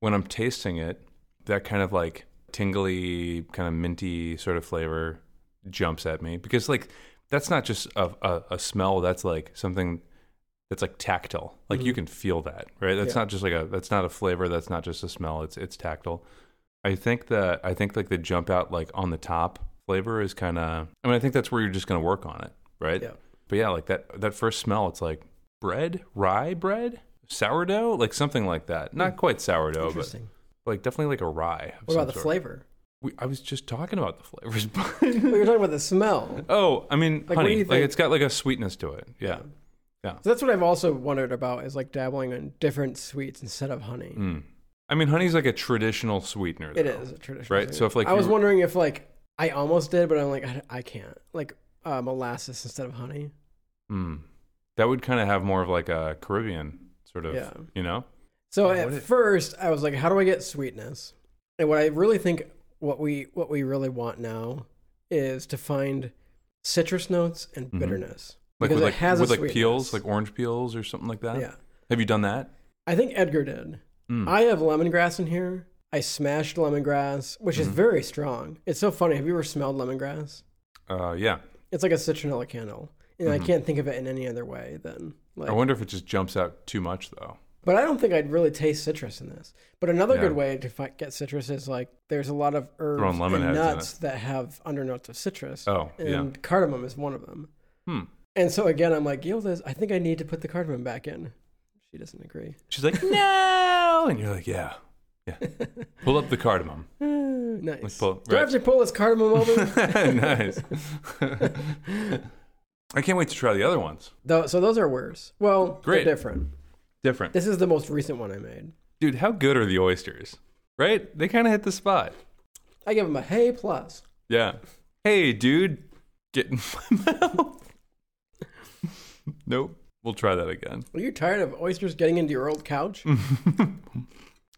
Speaker 1: When I'm tasting it, that kind of like tingly, kind of minty sort of flavor jumps at me because like that's not just a, a, a smell. That's like something that's like tactile. Like you
Speaker 2: Mhm.
Speaker 1: can feel that, right? That's
Speaker 2: Yeah.
Speaker 1: not just like a. That's not a flavor. That's not just a smell. It's it's tactile. I think that I think like the jump out like on the top flavor is kind of. I mean, I think that's where you're just gonna work on it, right?
Speaker 2: Yeah.
Speaker 1: But yeah, like that that first smell, it's like bread, rye bread, sourdough, like something like that. Not quite sourdough, but
Speaker 2: Mm. Interesting.
Speaker 1: like definitely like a rye. of
Speaker 2: What about
Speaker 1: some
Speaker 2: the
Speaker 1: sort.
Speaker 2: flavor?
Speaker 1: We, I was just talking about the flavors. but-
Speaker 2: We were talking about the smell.
Speaker 1: oh, I mean,
Speaker 2: what do
Speaker 1: honey,
Speaker 2: you
Speaker 1: like
Speaker 2: think?
Speaker 1: it's got like a sweetness to it. Yeah. Yeah.
Speaker 2: So that's what I've also wondered about is like dabbling in different sweets instead of honey.
Speaker 1: Mm. I mean, honey's like a traditional sweetener.
Speaker 2: It
Speaker 1: though.
Speaker 2: is a traditional.
Speaker 1: Right.
Speaker 2: thing.
Speaker 1: So if like
Speaker 2: I was
Speaker 1: you-
Speaker 2: wondering if like I almost did, but I'm like I, I can't like uh, molasses instead of honey.
Speaker 1: Mm. that would kind of have more of like a Caribbean sort of,
Speaker 2: Yeah.
Speaker 1: you know.
Speaker 2: So
Speaker 1: Yeah,
Speaker 2: at
Speaker 1: what it-
Speaker 2: first I was like, how do I get sweetness? And what I really think what we what we really want now is to find citrus notes and
Speaker 1: Mhm.
Speaker 2: bitterness
Speaker 1: Like
Speaker 2: because
Speaker 1: with like
Speaker 2: it has a
Speaker 1: with like peels,
Speaker 2: sweetness.
Speaker 1: like orange peels or something like that.
Speaker 2: yeah.
Speaker 1: Have you done that?
Speaker 2: I think Edgar did.
Speaker 1: Mm.
Speaker 2: I have lemongrass in here. I smashed lemongrass, which is
Speaker 1: Mhm.
Speaker 2: very strong. It's so funny. Have you ever smelled lemongrass?
Speaker 1: uh, yeah.
Speaker 2: It's like a citronella candle, and
Speaker 1: Mhm.
Speaker 2: I can't think of it in any other way than like.
Speaker 1: I wonder if it just jumps out too much though.
Speaker 2: but I don't think I'd really taste citrus in this. But another
Speaker 1: Yeah.
Speaker 2: good way to fi- get citrus is like there's a lot of herbs
Speaker 1: lemon heads
Speaker 2: and
Speaker 1: in
Speaker 2: nuts that have undernotes of citrus,
Speaker 1: Oh, yeah.
Speaker 2: and cardamom is one of them.
Speaker 1: Hmm.
Speaker 2: And so again, I'm like, yo, Liz, I think I need to put the cardamom back in. She doesn't agree.
Speaker 1: She's like, no, and you're like, yeah, yeah. Pull up the cardamom.
Speaker 2: Ah, nice.
Speaker 1: Like, pull,
Speaker 2: Do I
Speaker 1: right.
Speaker 2: have to pull this cardamom over?
Speaker 1: nice. I can't wait to try the other ones.
Speaker 2: Tho- so those are worse. Well, they're
Speaker 1: Great.
Speaker 2: different.
Speaker 1: Different,
Speaker 2: This is the most recent one I made.
Speaker 1: dude. How good are the oysters? Right? They kind of hit the spot.
Speaker 2: I give them a hey plus.
Speaker 1: Yeah. Hey, dude, get in my mouth. nope. We'll try that again.
Speaker 2: Are you tired of oysters getting into your old couch?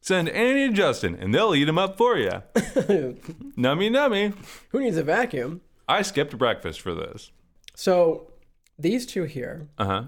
Speaker 1: Send Annie and Justin, and they'll eat them up for you. Mm.
Speaker 2: Who
Speaker 1: nummy, nummy.
Speaker 2: needs a vacuum?
Speaker 1: I skipped breakfast for this.
Speaker 2: So these two here
Speaker 1: Uh huh.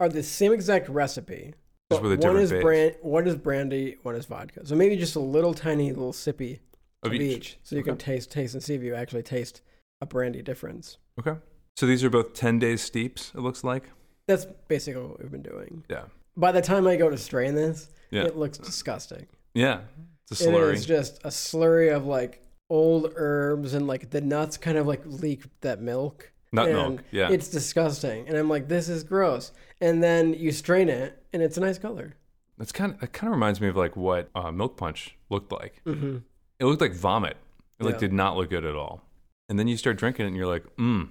Speaker 2: are the same exact recipe.
Speaker 1: Just
Speaker 2: but
Speaker 1: with a
Speaker 2: one
Speaker 1: different
Speaker 2: is
Speaker 1: base.
Speaker 2: brand, one is brandy, one is vodka. So maybe just a little tiny little sippy
Speaker 1: Of
Speaker 2: of,
Speaker 1: each.
Speaker 2: each. so you can taste, taste, and see if you actually taste a brandy difference.
Speaker 1: Okay. So these are both 10 days steeps, it looks like.
Speaker 2: That's basically what we've been doing.
Speaker 1: Yeah.
Speaker 2: By the time I go to strain this,
Speaker 1: Yeah.
Speaker 2: it looks disgusting.
Speaker 1: Yeah. It's a
Speaker 2: It
Speaker 1: slurry.
Speaker 2: is just a slurry of like old herbs and like the nuts kind of like leak that milk.
Speaker 1: Nut
Speaker 2: And
Speaker 1: milk, yeah.
Speaker 2: It's disgusting. And I'm like, this is gross. And then you strain it and it's a nice color.
Speaker 1: That's kind of, it kind of reminds me of like what uh, milk punch looked like.
Speaker 2: Mm-hmm.
Speaker 1: It looked like vomit. It like
Speaker 2: Yeah.
Speaker 1: did not look good at all. And then you start drinking it and you're like, mmm,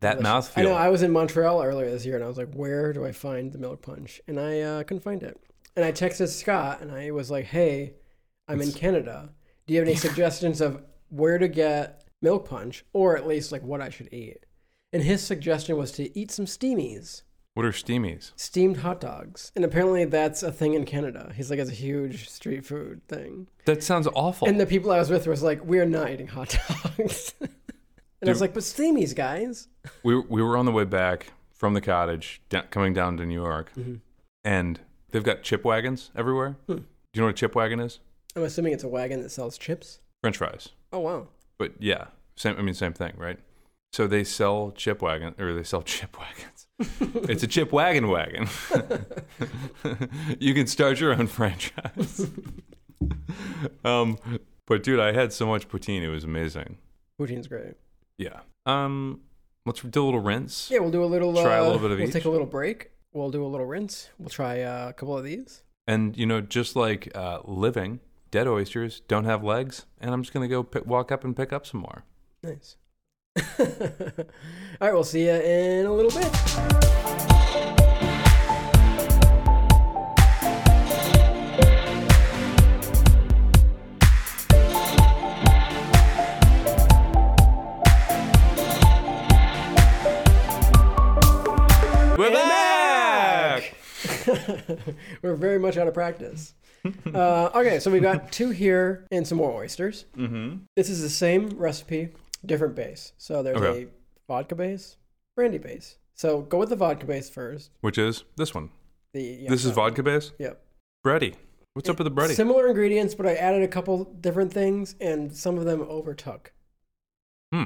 Speaker 1: that mouthfeel.
Speaker 2: I know. I was in Montreal earlier this year and I was like, where do I find the milk punch? And I uh, couldn't find it. And I texted Scott and I was like, hey, I'm in Canada. Do you have any suggestions of where to get milk punch or at least like what I should eat? And his suggestion was to eat some steamies.
Speaker 1: what are steamies?
Speaker 2: steamed hot dogs. And apparently that's a thing in Canada. He's like, it's a huge street food thing.
Speaker 1: That sounds awful.
Speaker 2: And the people I was with was like, we're not eating hot dogs. and I was
Speaker 1: Dude.
Speaker 2: like, but steamies, guys.
Speaker 1: we, we were on the way back from the cottage, da- coming down to New York, and they've got chip wagons everywhere.
Speaker 2: Mm-hmm. Hmm.
Speaker 1: Do you know what a chip wagon is?
Speaker 2: I'm assuming it's a wagon that sells chips.
Speaker 1: French fries.
Speaker 2: Oh, wow.
Speaker 1: but yeah, same. I mean, same thing, right? So they sell chip wagon, or they sell chip wagons. it's a chip wagon wagon. you can start your own franchise. um, but dude, I had so much poutine; it was amazing.
Speaker 2: Poutine's great.
Speaker 1: Yeah. Um, let's do a little rinse.
Speaker 2: Yeah, we'll do a little.
Speaker 1: Try a
Speaker 2: uh,
Speaker 1: little bit of
Speaker 2: We'll
Speaker 1: each.
Speaker 2: take a little break. We'll do a little rinse. We'll try uh, a couple of these.
Speaker 1: And you know, just like uh, living, dead oysters don't have legs, and I'm just gonna go pick, walk up and pick up some more.
Speaker 2: Nice. All right, we'll see you in a little bit. We're very much out of practice. Uh, okay, so we've got two here and some more oysters.
Speaker 1: Mm-hmm.
Speaker 2: This is the same recipe, different base. So there's
Speaker 1: Okay.
Speaker 2: a vodka base, brandy base. So go with the vodka base first.
Speaker 1: Which is this one.
Speaker 2: The yeah,
Speaker 1: this is
Speaker 2: uh,
Speaker 1: vodka base.
Speaker 2: Yep.
Speaker 1: Bready. What's up with the bready?
Speaker 2: Similar ingredients, but I added a couple different things, and some of them overtook.
Speaker 1: Hmm.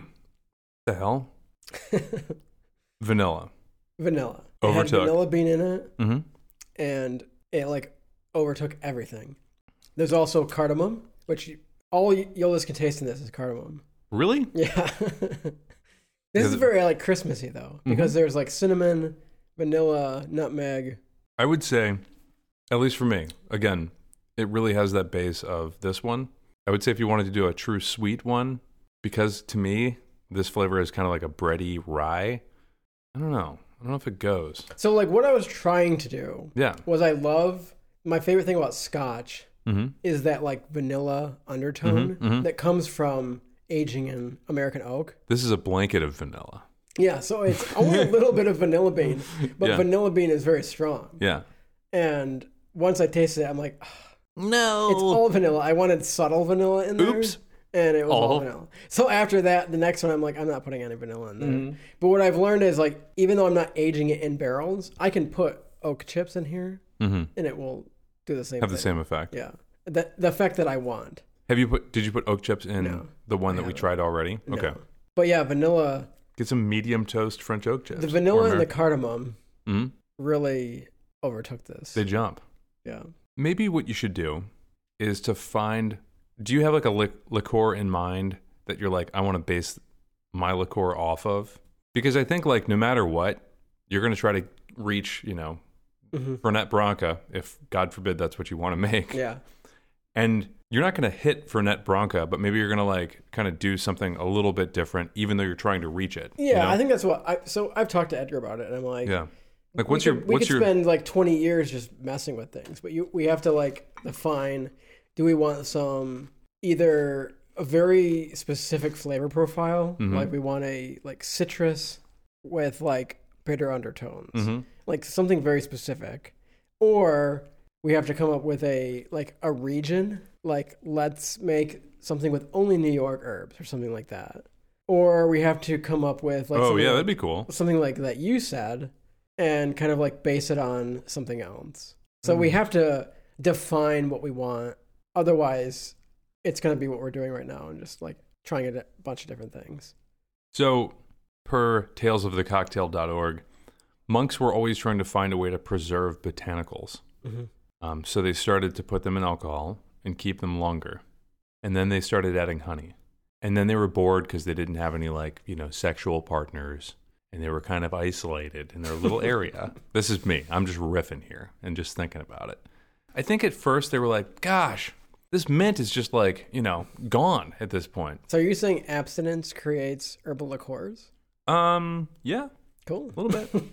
Speaker 1: The hell? Vanilla.
Speaker 2: vanilla. It
Speaker 1: Overtook.
Speaker 2: had vanilla bean in it,
Speaker 1: Mm-hmm.
Speaker 2: and it like overtook everything. There's also cardamom, which you, all y- Yolas can taste in this is cardamom.
Speaker 1: Really?
Speaker 2: Yeah. this
Speaker 1: Yeah,
Speaker 2: is
Speaker 1: the-
Speaker 2: very like Christmassy though, because there's like cinnamon, vanilla, nutmeg.
Speaker 1: I would say, at least for me, again, it really has that base of this one. I would say if you wanted to do a true sweet one, because to me, this flavor is kind of like a bready rye. I don't know. I don't know if it goes.
Speaker 2: So like what I was trying to do
Speaker 1: Yeah.
Speaker 2: was I love my favorite thing about Scotch
Speaker 1: Mm-hmm.
Speaker 2: is that like vanilla undertone
Speaker 1: Mhm, mhm.
Speaker 2: that comes from aging in American oak.
Speaker 1: This is a blanket of vanilla.
Speaker 2: Yeah, so it's only a little bit of vanilla bean, but
Speaker 1: Yeah.
Speaker 2: vanilla bean is very strong.
Speaker 1: Yeah.
Speaker 2: And once I tasted it, I'm like, "Ugh,
Speaker 1: No.
Speaker 2: it's all vanilla. I wanted subtle vanilla in there.
Speaker 1: Oh. Oops.
Speaker 2: And it was all
Speaker 1: All.
Speaker 2: vanilla. So after that, the next one, I'm like, I'm not putting any vanilla in there.
Speaker 1: Mm-hmm.
Speaker 2: But what I've learned is like, even though I'm not aging it in barrels, I can put oak chips in here
Speaker 1: mm-hmm.
Speaker 2: and it will do the same
Speaker 1: Have the
Speaker 2: thing.
Speaker 1: same effect.
Speaker 2: Yeah. The, the effect that I want.
Speaker 1: Have you put? Did you put oak chips in
Speaker 2: No,
Speaker 1: the one
Speaker 2: I
Speaker 1: that we
Speaker 2: haven't.
Speaker 1: tried already?
Speaker 2: No.
Speaker 1: Okay.
Speaker 2: But yeah, vanilla,
Speaker 1: Get some medium toast French oak chips.
Speaker 2: the vanilla and the cardamom
Speaker 1: hmm
Speaker 2: really overtook this.
Speaker 1: They jump.
Speaker 2: yeah.
Speaker 1: Maybe what you should do is to find. Do you have like a li- liqueur in mind that you're like, I want to base my liqueur off of? Because I think like no matter what, you're going to try to reach, you know,
Speaker 2: hmm
Speaker 1: Fernet Branca, if God forbid that's what you want to make.
Speaker 2: Yeah.
Speaker 1: and you're not going to hit Fernet Branca, but maybe you're going to like kind of do something a little bit different, even though you're trying to reach it. you
Speaker 2: Yeah,
Speaker 1: know?
Speaker 2: I think that's what I. So I've talked to Edgar about it, and I'm like,
Speaker 1: yeah. Like,
Speaker 2: we
Speaker 1: what's
Speaker 2: could-
Speaker 1: your
Speaker 2: We
Speaker 1: what's
Speaker 2: could
Speaker 1: your
Speaker 2: spend like 20 years just messing with things, but you we have to like define. Do we want some either a very specific flavor profile,
Speaker 1: Mhm.
Speaker 2: like we want a like citrus with like bitter undertones,
Speaker 1: Mhm.
Speaker 2: like something very specific, or we have to come up with a like a region, like let's make something with only New York herbs or something like that. Or we have to come up with like
Speaker 1: oh
Speaker 2: something
Speaker 1: yeah,
Speaker 2: like-
Speaker 1: that'd be cool.
Speaker 2: something like that you said and kind of like base it on something else. So we
Speaker 1: Hmm.
Speaker 2: have to define what we want. Otherwise, it's going to be what we're doing right now and just like trying a di- bunch of different things.
Speaker 1: So, per talesofthecocktail.org, monks were always trying to find a way to preserve botanicals. Um, so they started to put them in alcohol and keep them longer, and then they started adding honey. And then they were bored because they didn't have any like you know sexual partners, and they were kind of isolated in their little area. This is me. I'm just riffing here and just thinking about it. I think at first they were like, "Gosh, this mint is just like you know gone at this point."
Speaker 2: So are you saying abstinence creates herbal liqueurs?
Speaker 1: Um, yeah,
Speaker 2: Cool.
Speaker 1: a little bit.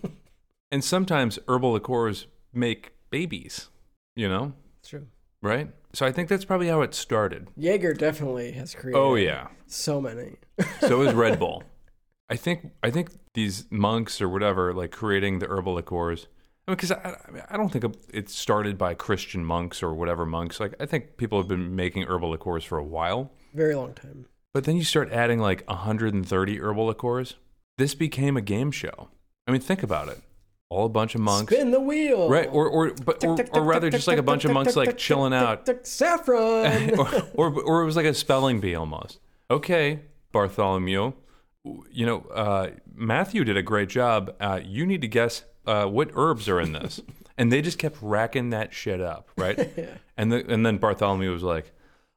Speaker 1: and sometimes herbal liqueurs make babies, you know,
Speaker 2: It's true.
Speaker 1: right? So I think that's probably how it started.
Speaker 2: Jaeger definitely has created
Speaker 1: Oh yeah.
Speaker 2: so many.
Speaker 1: So is Red Bull. I think I think these monks or whatever like creating the herbal liqueurs. I mean, because I, I don't think it started by Christian monks or whatever monks. Like I think people have been making herbal liqueurs for a while.
Speaker 2: Very long time.
Speaker 1: But then you start adding like 130 herbal liqueurs. This became a game show. I mean, think about it. All a bunch of monks.
Speaker 2: Spin the wheel.
Speaker 1: right or or but or, or rather just like a bunch of monks like chilling out
Speaker 2: Saffron.
Speaker 1: or, or or it was like a spelling bee almost okay bartholomew you know uh matthew did a great job uh you need to guess uh what herbs are in this and they just kept racking that shit up right and the, and then bartholomew was like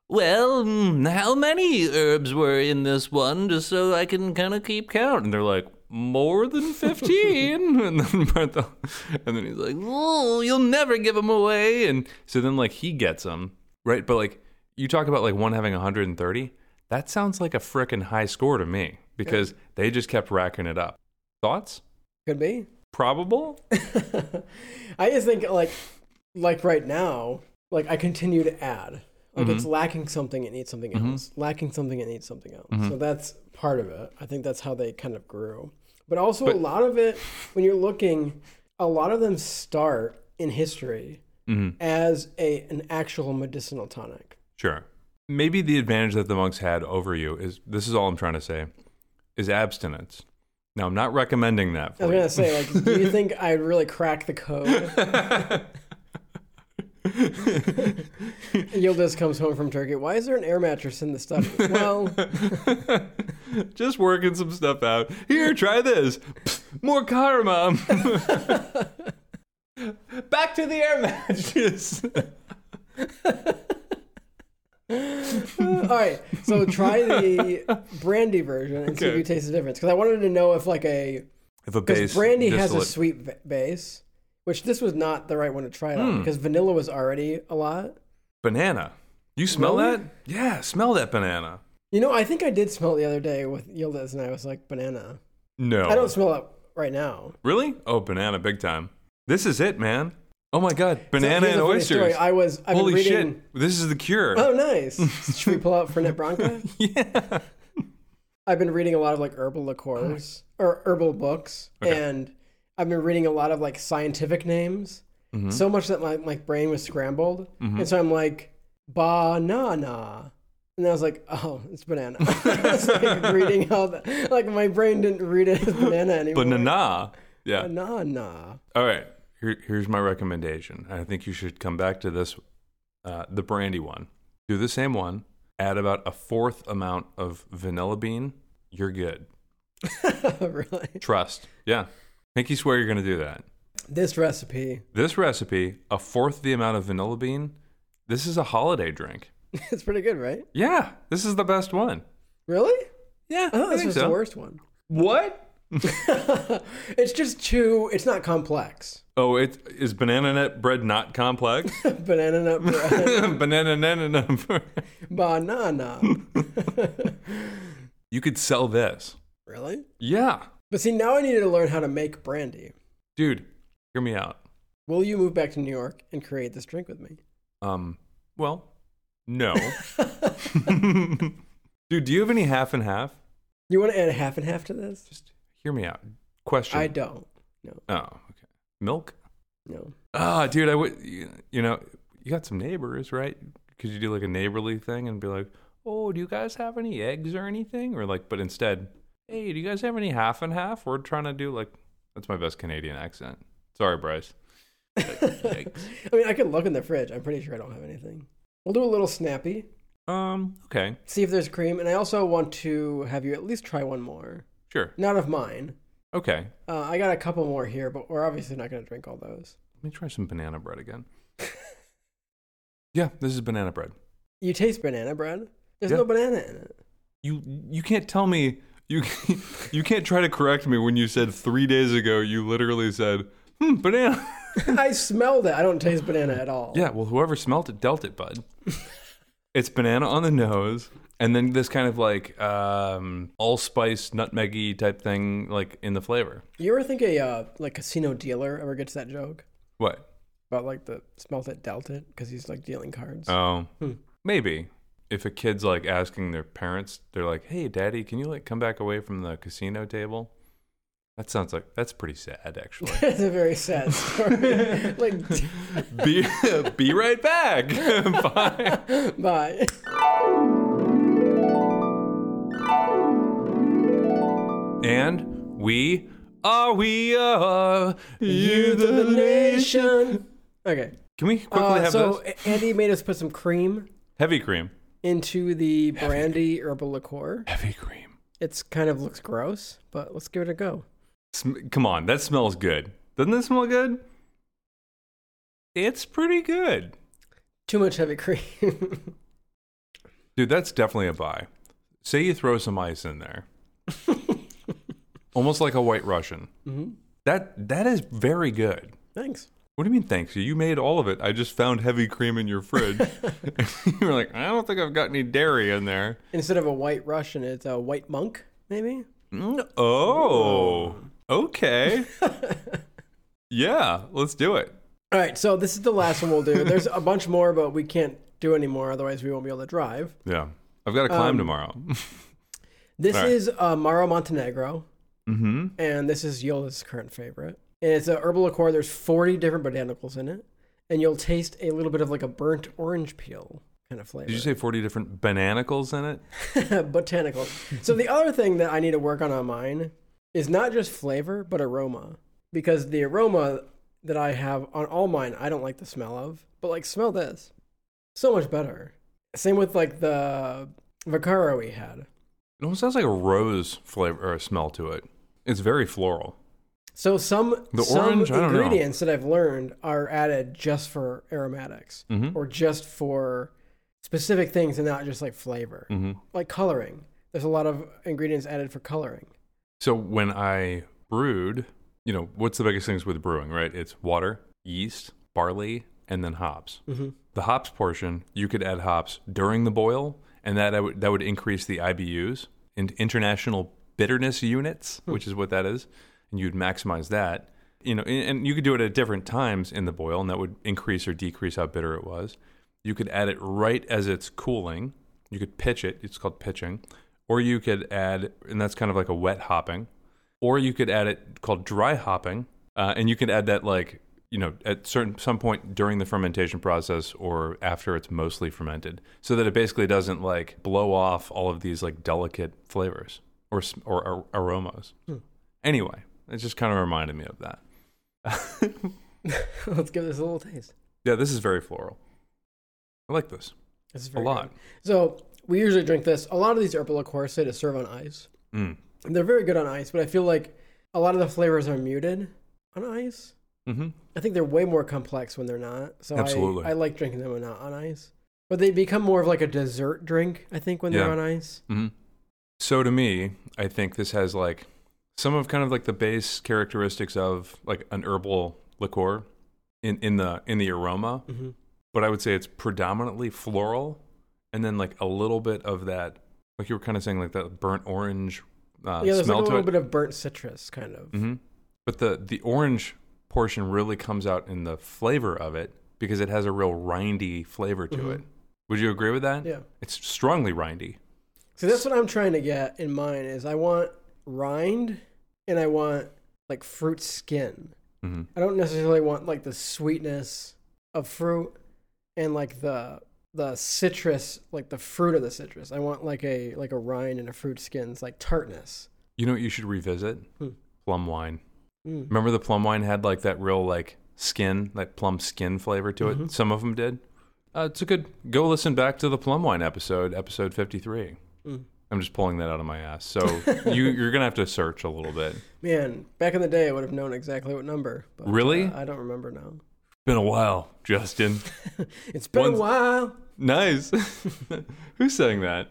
Speaker 1: well, mm, how many herbs were in this one, just so I can kind of keep count? And they're like, more than 15. and, then Barthol- and then he's like, oh, you'll never give them away. And so then, like, he gets them, right? But, like, you talk about, like, one having 130. That sounds like a frickin' high score to me because they just kept racking it up. Thoughts?
Speaker 2: Could be.
Speaker 1: Probable?
Speaker 2: I just think like like right now, like I continue to add. Like it's lacking something, it needs something else. Lacking something, it needs something else. So that's part of it. I think that's how they kind of grew. But also a lot of it, when you're looking, a lot of them start in history
Speaker 1: hmm
Speaker 2: as a an actual medicinal tonic.
Speaker 1: Sure. Maybe the advantage that the monks had over you is this is all I'm trying to say is abstinence. Now, I'm not recommending that
Speaker 2: I
Speaker 1: for
Speaker 2: was
Speaker 1: you.
Speaker 2: gonna say, like, do you think I'd really crack the code? Yildiz comes home from Turkey. Why is there an air mattress in the study? Well,
Speaker 1: Just working some stuff out. Here, try this. Pfft, More karma. Back to the air matches.
Speaker 2: all right. So try the brandy version and see if
Speaker 1: Okay.
Speaker 2: you taste the difference. Because I wanted to know if like a
Speaker 1: If a
Speaker 2: because
Speaker 1: base
Speaker 2: brandy has a
Speaker 1: distillate-
Speaker 2: sweet ba- base, which this was not the right one to try it
Speaker 1: Hmm.
Speaker 2: on because vanilla was already a lot.
Speaker 1: banana. You smell
Speaker 2: Really?
Speaker 1: that? Yeah, smell that banana.
Speaker 2: You know, I think I did smell it the other day with Yildiz, and I was like, banana.
Speaker 1: No.
Speaker 2: I don't smell it right now.
Speaker 1: Really? Oh, banana, big time. This is it, man. Oh my God,
Speaker 2: So
Speaker 1: banana
Speaker 2: here's a
Speaker 1: and
Speaker 2: funny
Speaker 1: oysters.
Speaker 2: story. I was I've
Speaker 1: Holy
Speaker 2: been reading.
Speaker 1: shit, this is the cure.
Speaker 2: Oh, nice. Should we pull out Fernet Branca?
Speaker 1: yeah.
Speaker 2: I've been reading a lot of like herbal liqueurs or herbal books,
Speaker 1: Okay.
Speaker 2: and I've been reading a lot of like scientific names.
Speaker 1: Mm-hmm.
Speaker 2: So much that my like brain was scrambled, and so I'm like banana, and I was like, oh, it's banana. it's like reading all the like my brain didn't read it as banana anymore.
Speaker 1: Banana. Yeah.
Speaker 2: Banana.
Speaker 1: All right. Here, here's my recommendation. I think you should come back to this, uh, the brandy one. Do the same one. Add about a fourth amount of vanilla bean. You're good.
Speaker 2: really?
Speaker 1: Trust. Yeah. Make you swear you're going to do that.
Speaker 2: This recipe
Speaker 1: This recipe, a fourth the amount of vanilla bean. This is a holiday drink.
Speaker 2: it's pretty good, right?
Speaker 1: Yeah. This is the best one.
Speaker 2: Really?
Speaker 1: Yeah.
Speaker 2: I thought
Speaker 1: I
Speaker 2: this
Speaker 1: think
Speaker 2: was
Speaker 1: so.
Speaker 2: the worst one.
Speaker 1: What?
Speaker 2: It's just too. It's not complex.
Speaker 1: Oh, it is banana nut bread not complex?
Speaker 2: Banana nut bread.
Speaker 1: banana nut nut bread.
Speaker 2: banana.
Speaker 1: You could sell this.
Speaker 2: really?
Speaker 1: Yeah.
Speaker 2: But see, now I needed to learn how to make brandy.
Speaker 1: Dude, hear me out.
Speaker 2: Will you move back to New York and create this drink with me?
Speaker 1: Um, well, no. Dude, do you have any half and half?
Speaker 2: You want to add half and half to this?
Speaker 1: Just hear me out. Question.
Speaker 2: I don't. No,
Speaker 1: oh, okay. Milk?
Speaker 2: no.
Speaker 1: Ah, dude, I would, you you know, you got some neighbors, right? Could you do like a neighborly thing and be like, oh, do you guys have any eggs or anything? Or like, but instead, hey, do you guys have any half and half? We're trying to do like, that's my best Canadian accent. Sorry, Bryce.
Speaker 2: I mean, I could look in the fridge. I'm pretty sure I don't have anything. We'll do a little snappy,
Speaker 1: Um, okay,
Speaker 2: see if there's cream, and I also want to have you at least try one more.
Speaker 1: sure.
Speaker 2: Not of mine.
Speaker 1: Okay,
Speaker 2: Uh, I got a couple more here, but we're obviously not going to drink all those.
Speaker 1: let me try some banana bread again. yeah, this is banana bread.
Speaker 2: You taste banana bread? There's
Speaker 1: Yeah.
Speaker 2: no banana in it.
Speaker 1: You you can't tell me you you can't try to correct me when you said three days ago you literally said hmm, banana.
Speaker 2: I smelled it. I don't taste banana at all.
Speaker 1: Yeah, well, whoever smelt it dealt it, bud. it's banana on the nose, and then this kind of like um, allspice, nutmeggy type thing, like in the flavor.
Speaker 2: You ever think a uh, like casino dealer ever gets that joke
Speaker 1: What?
Speaker 2: about like the smelt it dealt it because he's like dealing cards?
Speaker 1: Oh,
Speaker 2: Hmm.
Speaker 1: maybe if a kid's like asking their parents, they're like, "Hey, daddy, can you like come back away from the casino table?" That sounds like that's pretty sad, actually.
Speaker 2: That's a very sad story. like,
Speaker 1: be be right back. Bye.
Speaker 2: bye.
Speaker 1: And we are we are youth of the nation.
Speaker 2: nation. Okay.
Speaker 1: Can we quickly
Speaker 2: Uh,
Speaker 1: have
Speaker 2: so
Speaker 1: this?
Speaker 2: A- Andy made us put some cream
Speaker 1: Heavy cream.
Speaker 2: into the brandy herbal liqueur.
Speaker 1: Heavy cream.
Speaker 2: It's kind of looks gross, but let's give it a go.
Speaker 1: Sm- come on, that smells good. Doesn't it smell good? It's pretty good.
Speaker 2: Too much heavy cream.
Speaker 1: Dude, that's definitely a buy. Say you throw some ice in there. Almost like a white Russian.
Speaker 2: hmm
Speaker 1: That that is very good.
Speaker 2: Thanks.
Speaker 1: What do you mean thanks? You made all of it. I just found heavy cream in your fridge. you were like, I don't think I've got any dairy in there.
Speaker 2: Instead of a white Russian, it's a white monk, maybe.
Speaker 1: Mm, oh. Okay. yeah, let's do it.
Speaker 2: All right, so this is the last one we'll do. There's a bunch more, but we can't do any more, otherwise we won't be able to drive.
Speaker 1: Yeah. I've got to climb tomorrow.
Speaker 2: This
Speaker 1: All right.
Speaker 2: is uh, Maro Montenegro,
Speaker 1: mm-hmm.
Speaker 2: and this is Yola's current favorite. And it's a herbal liqueur. There's 40 different botanicals in it, and you'll taste a little bit of like a burnt orange peel kind of flavor.
Speaker 1: Did you say 40 different bananicals in it?
Speaker 2: Botanicals. so the other thing that I need to work on on mine is not just flavor but aroma because the aroma that I have on all mine I don't like the smell of, but like smell this, so much better. Same with like the Vaccaro we had.
Speaker 1: It almost has like a rose flavor or smell to it. It's very floral.
Speaker 2: So some
Speaker 1: The
Speaker 2: some
Speaker 1: orange, I don't know.
Speaker 2: ingredients that I've learned are added just for aromatics
Speaker 1: Mm-hmm.
Speaker 2: or just for specific things and not just like flavor.
Speaker 1: mm-hmm.
Speaker 2: Like coloring. There's a lot of ingredients added for coloring.
Speaker 1: So when I brewed, you know, what's the biggest things with brewing, right? It's water, yeast, barley, and then hops.
Speaker 2: Mhm.
Speaker 1: The hops portion, you could add hops during the boil, and that I would that would increase the IBUs, in international bitterness units, which is what that is, and you'd maximize that. You know, and and you could do it at different times in the boil, and that would increase or decrease how bitter it was. You could add it right as it's cooling. You could pitch it. It's called pitching. Or you could add, and that's kind of like a wet hopping. Or you could add it called dry hopping, uh, and you could add that like you know at certain some point during the fermentation process or after it's mostly fermented, so that it basically doesn't like blow off all of these like delicate flavors or s- or, ar- aromas. Anyway, it just kind of reminded me of that.
Speaker 2: Let's give this a little taste.
Speaker 1: Yeah, this is very floral. I like this
Speaker 2: This is
Speaker 1: a
Speaker 2: very
Speaker 1: lot.
Speaker 2: good. So we usually drink this. A lot of these herbal liqueurs to serve on ice.
Speaker 1: Mm.
Speaker 2: And they're very good on ice, but I feel like a lot of the flavors are muted on ice.
Speaker 1: Mm-hmm.
Speaker 2: I think they're way more complex when they're not. So
Speaker 1: Absolutely.
Speaker 2: I, I like drinking them when not on ice. But they become more of like a dessert drink, I think, when they're
Speaker 1: Yeah.
Speaker 2: on ice.
Speaker 1: hmm So to me, I think this has like some of kind of like the base characteristics of like an herbal liqueur in, in the in the aroma,
Speaker 2: Mm-hmm.
Speaker 1: but I would say it's predominantly floral, and then like a little bit of that, like you were kind of saying, like that burnt orange uh,
Speaker 2: yeah, there's like
Speaker 1: smell
Speaker 2: a
Speaker 1: to
Speaker 2: little
Speaker 1: it.
Speaker 2: bit of burnt citrus, kind of.
Speaker 1: hmm But the the orange portion really comes out in the flavor of it because it has a real rindy flavor to
Speaker 2: Mhm.
Speaker 1: it. Would you agree with that?
Speaker 2: Yeah.
Speaker 1: It's strongly rindy.
Speaker 2: So that's what I'm trying to get in mine is I want rind and I want like fruit skin.
Speaker 1: hmm
Speaker 2: I don't necessarily want like the sweetness of fruit and like the the citrus, like the fruit of the citrus. I want like a like a rind and a fruit skin's like tartness.
Speaker 1: You know what you should revisit?
Speaker 2: Hmm.
Speaker 1: Plum wine.
Speaker 2: Mm.
Speaker 1: Remember the plum wine had like that real like skin, like plum skin flavor to it.
Speaker 2: Mhm.
Speaker 1: Some of them did. Uh, it's a good go listen back to the plum wine episode, episode fifty three.
Speaker 2: Mm.
Speaker 1: I'm just pulling that out of my ass. So Oh, you you're gonna have to search a little bit.
Speaker 2: Man, back in the day, I would have known exactly what number. But,
Speaker 1: Really?
Speaker 2: uh, I don't remember now.
Speaker 1: Been a while, Justin.
Speaker 2: It's been
Speaker 1: Once-
Speaker 2: a while.
Speaker 1: Nice. Who sang that?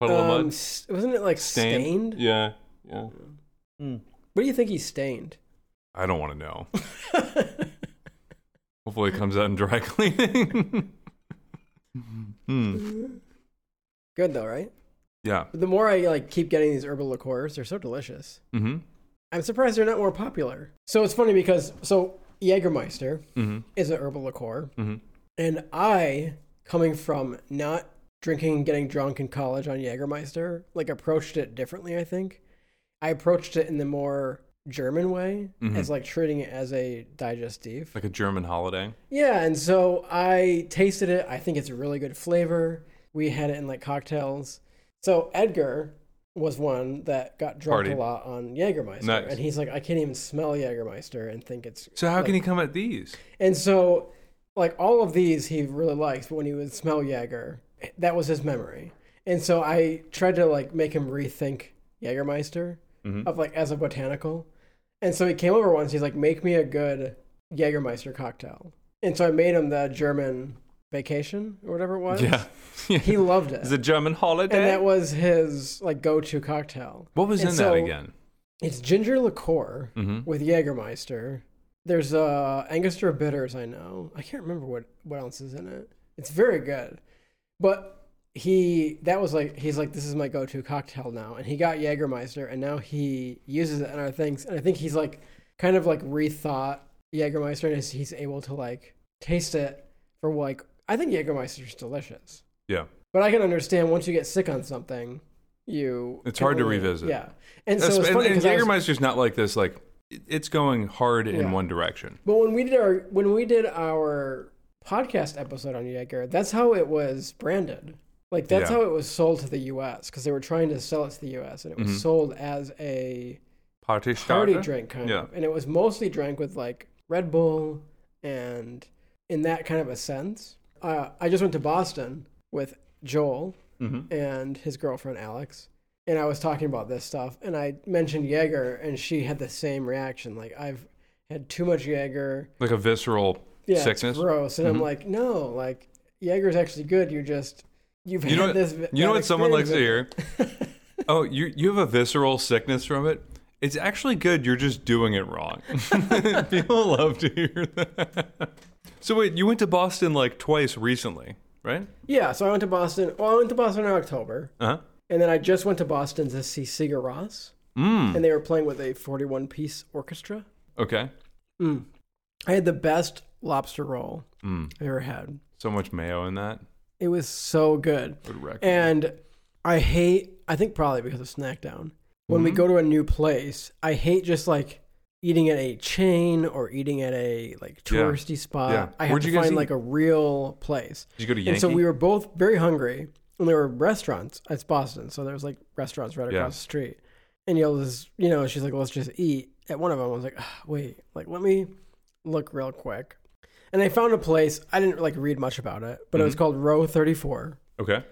Speaker 1: Puddle of
Speaker 2: Um,
Speaker 1: Mud?
Speaker 2: s- wasn't it like stained? Hmm.
Speaker 1: Yeah. Yeah.
Speaker 2: What do you think he stained?
Speaker 1: I don't want to know. Hopefully it comes out in dry cleaning. Hmm.
Speaker 2: Mm-hmm. Good though, right?
Speaker 1: Yeah.
Speaker 2: But the more I like keep getting these herbal liqueurs, they're so delicious.
Speaker 1: Mm-hmm.
Speaker 2: I'm surprised they're not more popular. So it's funny because so Jägermeister
Speaker 1: Mm-hmm.
Speaker 2: is an herbal liqueur,
Speaker 1: Mm-hmm.
Speaker 2: and I, coming from not drinking and getting drunk in college on Jägermeister, like approached it differently. I think I approached it in the more German way,
Speaker 1: Mhm.
Speaker 2: as like treating it as a digestive.
Speaker 1: Like a German holiday.
Speaker 2: Yeah, and so I tasted it. I think it's a really good flavor. We had it in like cocktails. So Edgar was one that got drunk
Speaker 1: Party.
Speaker 2: a lot on Jägermeister,
Speaker 1: Nice.
Speaker 2: and he's like, I can't even smell Jägermeister and think it's.
Speaker 1: So how
Speaker 2: like-"
Speaker 1: can he come at these?
Speaker 2: And so, like all of these, he really likes. But when he would smell Jäger, that was his memory. And so I tried to like make him rethink Jägermeister
Speaker 1: Mhm.
Speaker 2: of like as a botanical. And so he came over once. He's like, "Make me a good Jägermeister cocktail." And so I made him the German vacation or whatever it was.
Speaker 1: Yeah. yeah.
Speaker 2: he loved
Speaker 1: it's
Speaker 2: it,
Speaker 1: a German holiday.
Speaker 2: and that was his like go-to cocktail.
Speaker 1: what was
Speaker 2: and
Speaker 1: in
Speaker 2: so-
Speaker 1: that again?
Speaker 2: It's ginger liqueur
Speaker 1: Mm-hmm.
Speaker 2: with Jägermeister. There's uh, Angostura bitters. I know. I can't remember what what else is in it. It's very good, but he that was like he's like this is my go-to cocktail now, and he got Jägermeister, and now he uses it in our things, and I think he's like kind of like rethought Jägermeister, and he's, he's able to like taste it for like I think Jägermeister's delicious,
Speaker 1: Yeah.
Speaker 2: but I can understand once you get sick on something, you
Speaker 1: It's
Speaker 2: can
Speaker 1: hard to
Speaker 2: only-
Speaker 1: revisit.
Speaker 2: Yeah, and so
Speaker 1: That's-
Speaker 2: it's
Speaker 1: and
Speaker 2: funny
Speaker 1: and
Speaker 2: because
Speaker 1: Jägermeister's not like this like it- it's going hard in
Speaker 2: Yeah.
Speaker 1: one direction.
Speaker 2: But when we did our when we did our podcast episode on Jaeger, that's how it was branded. Like that's
Speaker 1: Yeah.
Speaker 2: how it was sold to the U.S. because they were trying to sell it to the U.S. and it was
Speaker 1: Mhm.
Speaker 2: sold as a
Speaker 1: Party
Speaker 2: party
Speaker 1: starter.
Speaker 2: drink kind
Speaker 1: Yeah.
Speaker 2: of, and it was mostly drank with like Red Bull and in that kind of a sense. Uh, I just went to Boston with Joel
Speaker 1: Mhm.
Speaker 2: and his girlfriend Alex. And I was talking about this stuff, and I mentioned Jaeger, and she had the same reaction. Like I've had too much Jaeger,
Speaker 1: Like a visceral.
Speaker 2: yeah,
Speaker 1: Sickness?
Speaker 2: It's gross. And
Speaker 1: Mhm.
Speaker 2: I'm like, no, like Jaeger's actually good. You're just you've
Speaker 1: You know what-
Speaker 2: had this.
Speaker 1: You know
Speaker 2: bad
Speaker 1: what someone likes to
Speaker 2: experience
Speaker 1: hear? oh, you you have a visceral sickness from it. It's actually good. You're just doing it wrong. People love to hear that. So wait, you went to Boston like twice recently, right?
Speaker 2: with- Yeah, so I went to Boston. Well, I went to Boston in October,
Speaker 1: Uh huh.
Speaker 2: and then I just went to Boston to see Sigur Rós,
Speaker 1: Mm.
Speaker 2: and they were playing with a 41 piece orchestra.
Speaker 1: Okay. Hmm.
Speaker 2: Mm. I had the best lobster roll
Speaker 1: Mm.
Speaker 2: I ever had.
Speaker 1: So much mayo in that
Speaker 2: It was so good.
Speaker 1: would wreck. it.
Speaker 2: And I hate, I think probably because of Snackdown, when we
Speaker 1: Mhm.
Speaker 2: go to a new place, I hate just like eating at a chain or eating at a like
Speaker 1: Yeah.
Speaker 2: touristy spot.
Speaker 1: Yeah.
Speaker 2: I have
Speaker 1: Where'd
Speaker 2: to
Speaker 1: you guys
Speaker 2: find
Speaker 1: eat?
Speaker 2: like a real place.
Speaker 1: Did you go to Yankee?
Speaker 2: And so we were both very hungry, and there were restaurants. It's Boston, so there was like restaurants right
Speaker 1: Yeah.
Speaker 2: across the street. And Yale was, you know, she's like, let's just eat at one of them. I was like, "Ah, wait, like let me look real quick. And I found a place. I didn't like read much about it, but it was
Speaker 1: Mhm.
Speaker 2: called Row Thirty Four.
Speaker 1: okay.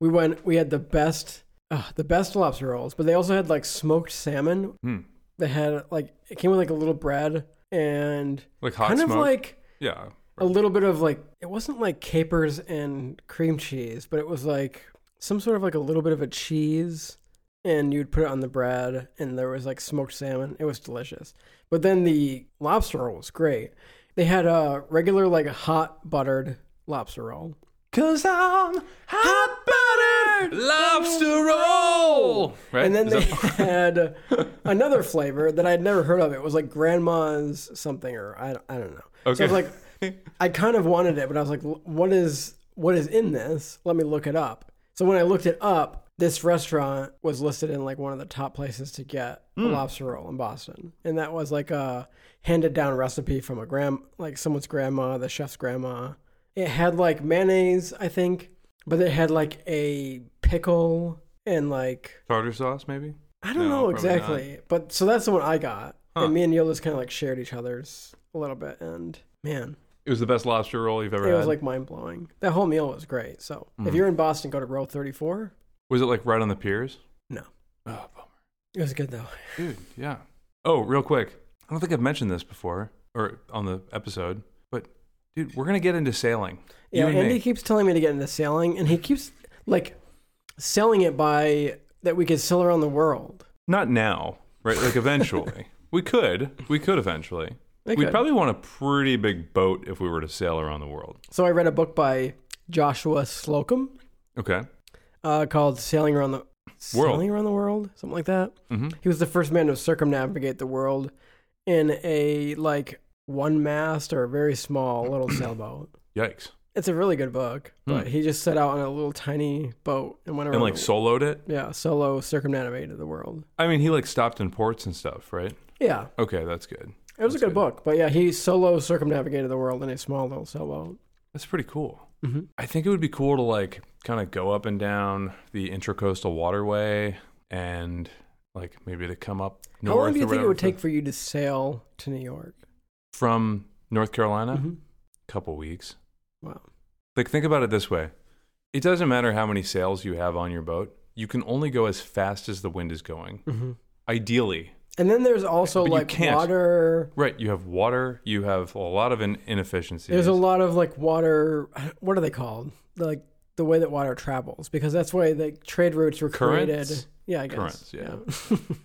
Speaker 2: We went. We had the best, uh, the best lobster rolls, but they also had like smoked salmon.
Speaker 1: Hmm.
Speaker 2: They had like it came with like a little bread and
Speaker 1: Like hot
Speaker 2: kind
Speaker 1: smoke.
Speaker 2: of like
Speaker 1: yeah.
Speaker 2: a little bit of like it wasn't like capers and cream cheese, but it was like some sort of like a little bit of a cheese and you'd put it on the bread and there was like smoked salmon. It was delicious. But then the lobster roll was great. They had a regular like hot buttered lobster roll.
Speaker 1: Cause I'm hot buttered lobster roll. Right.
Speaker 2: And then
Speaker 1: Is
Speaker 2: they
Speaker 1: that-
Speaker 2: had another flavor that I'd never heard of. It was like grandma's something or I, I don't know. So I was
Speaker 1: Okay.
Speaker 2: like, I kind of wanted it, but I was like, "Wh- what is what is in this? Let me look it up. So when I looked it up, this restaurant was listed in like one of the top places to get a
Speaker 1: Hmm.
Speaker 2: lobster roll in Boston, and that was like a handed down recipe from a grand like someone's grandma, the chef's grandma. It had like mayonnaise, I think, but it had like a pickle and like
Speaker 1: tartar sauce maybe.
Speaker 2: I don't
Speaker 1: No,
Speaker 2: know
Speaker 1: probably not.
Speaker 2: exactly, but so that's the one I got,
Speaker 1: Huh.
Speaker 2: and me and Yola just kind of like shared each other's a little bit, and man.
Speaker 1: It was the best lobster roll you've ever
Speaker 2: It
Speaker 1: had.
Speaker 2: was like mind blowing. That whole meal was great. So
Speaker 1: Mm.
Speaker 2: if you're in Boston, go to Row 34.
Speaker 1: Was it like right on the piers?
Speaker 2: No.
Speaker 1: Oh, bummer.
Speaker 2: It was good though.
Speaker 1: Dude, yeah. Oh, real quick. I don't think I've mentioned this before or on the episode, but dude, we're going to get into sailing. You
Speaker 2: Yeah,
Speaker 1: and me.
Speaker 2: Andy keeps telling me to get into sailing, and he keeps like selling it by that we could sail around the world.
Speaker 1: Not now, right? Like eventually. we could. We could eventually.
Speaker 2: They
Speaker 1: We'd
Speaker 2: could.
Speaker 1: probably want a pretty big boat if we were to sail around the world.
Speaker 2: so I read a book by Joshua Slocum
Speaker 1: Okay.
Speaker 2: uh, called "Sailing Around the
Speaker 1: World.
Speaker 2: Sailing Around the World," something like that.
Speaker 1: hmm
Speaker 2: He was the first man to circumnavigate the world in a like one mast or a very small little sailboat.
Speaker 1: Yikes.
Speaker 2: It's a really good book, but
Speaker 1: Hmm.
Speaker 2: he just set out on a little tiny boat and went around.
Speaker 1: And like
Speaker 2: the-
Speaker 1: soloed it?
Speaker 2: yeah, solo circumnavigated the world.
Speaker 1: I mean, he like stopped in ports and stuff, right?
Speaker 2: Yeah,
Speaker 1: Okay, that's good.
Speaker 2: it was
Speaker 1: That's
Speaker 2: a good,
Speaker 1: good.
Speaker 2: book, but yeah, he solo circumnavigated the world in a small little sailboat.
Speaker 1: That's pretty cool.
Speaker 2: Mhm.
Speaker 1: I think it would be cool to like kind of go up and down the intracoastal waterway and like maybe to come up north.
Speaker 2: How long do
Speaker 1: or
Speaker 2: you think
Speaker 1: whatever
Speaker 2: it would
Speaker 1: from-
Speaker 2: take for you to sail to New York?
Speaker 1: from North Carolina?
Speaker 2: Mhm.
Speaker 1: couple weeks.
Speaker 2: Wow.
Speaker 1: Like think about it this way. It doesn't matter how many sails you have on your boat. You can only go as fast as the wind is going.
Speaker 2: Mhm.
Speaker 1: Ideally.
Speaker 2: And then there's also
Speaker 1: But you
Speaker 2: like
Speaker 1: can't.
Speaker 2: water.
Speaker 1: Right, you have water, you have a lot of in- inefficiencies.
Speaker 2: There's a lot of like water. What are they called? Like the way that water travels, because that's why the trade routes were created.
Speaker 1: Currents?
Speaker 2: Yeah, I guess.
Speaker 1: Currents, yeah.
Speaker 2: Yeah.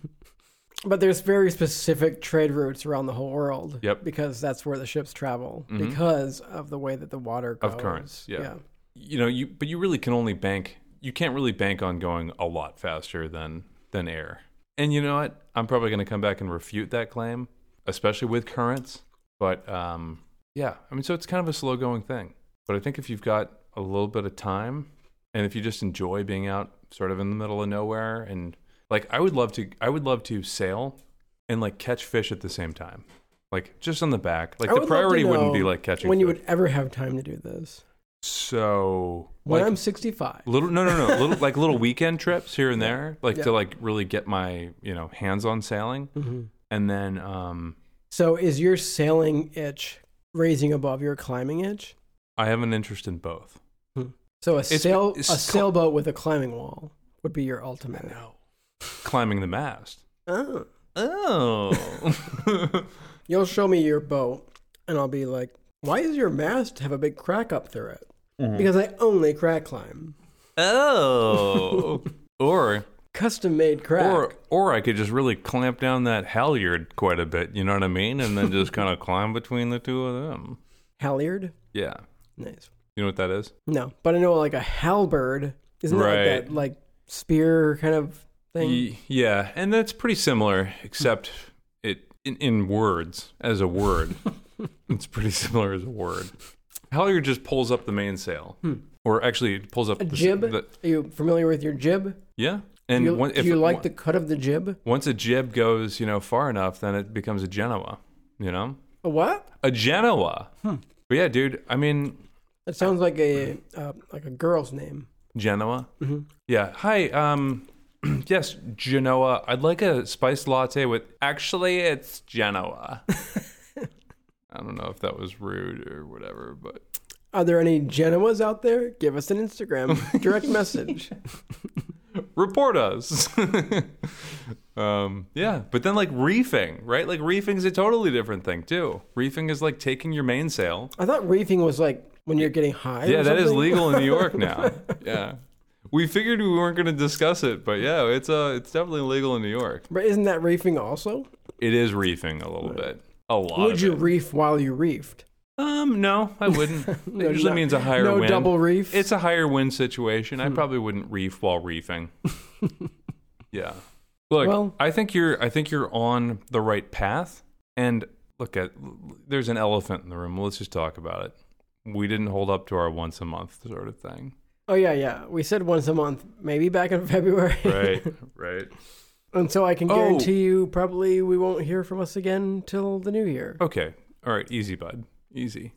Speaker 2: but there's very specific trade routes around the whole world.
Speaker 1: Yep.
Speaker 2: Because that's where the ships travel
Speaker 1: Mhm.
Speaker 2: because of the way that the water goes.
Speaker 1: Of currents, yeah. you know, you but you really can only bank you can't really bank on going a lot faster than than air. And you know what? I'm probably going to come back and refute that claim, especially with currents, but um yeah, I mean so it's kind of a slow going thing. But I think if you've got a little bit of time and if you just enjoy being out sort of in the middle of nowhere and like I would love to I would love to sail and like catch fish at the same time, like just on the back. Like
Speaker 2: I
Speaker 1: the
Speaker 2: would love to
Speaker 1: priority wouldn't be
Speaker 2: know
Speaker 1: like catching
Speaker 2: when you
Speaker 1: fish.
Speaker 2: would ever have time to do this.
Speaker 1: so
Speaker 2: When
Speaker 1: like,
Speaker 2: I'm 65.
Speaker 1: little no no no little like little weekend trips here and there, like
Speaker 2: Yeah.
Speaker 1: to like really get my you know hands on sailing,
Speaker 2: Mhm.
Speaker 1: and then um
Speaker 2: So is your sailing itch raising above your climbing itch?
Speaker 1: I have an interest in both.
Speaker 2: So a
Speaker 1: It's-
Speaker 2: sail
Speaker 1: it's cl-
Speaker 2: a sailboat with a climbing wall would be your ultimate.
Speaker 1: No, climbing the mast.
Speaker 2: Oh.
Speaker 1: Oh.
Speaker 2: You'll show me your boat and I'll be like, "Why does your mast have a big crack up through it?" Because I only crack climb.
Speaker 1: Oh. or
Speaker 2: Custom made crack.
Speaker 1: or or I could just really clamp down that halyard quite a bit, you know what I mean? And then just kind of climb between the two of them.
Speaker 2: Halyard?
Speaker 1: Yeah.
Speaker 2: Nice.
Speaker 1: You know what that is?
Speaker 2: No, but I know like a halberd isn't
Speaker 1: Right.
Speaker 2: that like that like spear kind of thing?
Speaker 1: Y- yeah, and that's pretty similar except it in, in words as a word. it's pretty similar as a word. Halyard just pulls up the mainsail. Or actually it pulls up
Speaker 2: Hmm. a
Speaker 1: the s-
Speaker 2: jib?
Speaker 1: the-
Speaker 2: Are you familiar with your jib?
Speaker 1: yeah.
Speaker 2: Do
Speaker 1: And
Speaker 2: you,
Speaker 1: one-
Speaker 2: do
Speaker 1: if-
Speaker 2: you like
Speaker 1: one-
Speaker 2: the cut of the jib?
Speaker 1: once a jib goes, you know, far enough, then it becomes a Genoa, you know?
Speaker 2: A what?
Speaker 1: A Genoa.
Speaker 2: Hmm.
Speaker 1: But yeah, dude, I mean,
Speaker 2: That sounds like a uh, like a girl's name.
Speaker 1: Genoa.
Speaker 2: Mhm.
Speaker 1: Yeah. Hi. Um. yes, Genoa. I'd like a spiced latte with. Actually, it's Genoa. I don't know if that was rude or whatever, but
Speaker 2: Are there any Genoas out there? Give us an Instagram direct message.
Speaker 1: report us. um. Yeah. But then like reefing, right? Like reefing's a totally different thing too. Reefing is like taking your mainsail.
Speaker 2: I thought reefing was like when you're getting high.
Speaker 1: Yeah,
Speaker 2: or
Speaker 1: that is
Speaker 2: something.
Speaker 1: legal in New York now. Yeah. We figured we weren't going to discuss it, but yeah, it's uh, it's definitely legal in New York.
Speaker 2: But isn't that reefing also?
Speaker 1: It is reefing a little bit, a lot.
Speaker 2: Would
Speaker 1: of
Speaker 2: you
Speaker 1: it.
Speaker 2: reef while you reefed?
Speaker 1: Um, no, I wouldn't. It
Speaker 2: No,
Speaker 1: usually
Speaker 2: no-
Speaker 1: means a higher
Speaker 2: no
Speaker 1: wind.
Speaker 2: double Hmm. reef.
Speaker 1: It's a higher wind situation. I probably wouldn't reef while reefing. yeah. Look,
Speaker 2: Well-
Speaker 1: I think you're I think you're on the right path. And look at there's an elephant in the room. Let's just talk about it. We didn't hold up to our once a month sort of thing.
Speaker 2: oh yeah, yeah. We said once a month, maybe back in February.
Speaker 1: Right. right.
Speaker 2: And so I can
Speaker 1: Oh.
Speaker 2: guarantee you probably we won't hear from us again till the new year.
Speaker 1: Okay. All right, easy bud. Easy.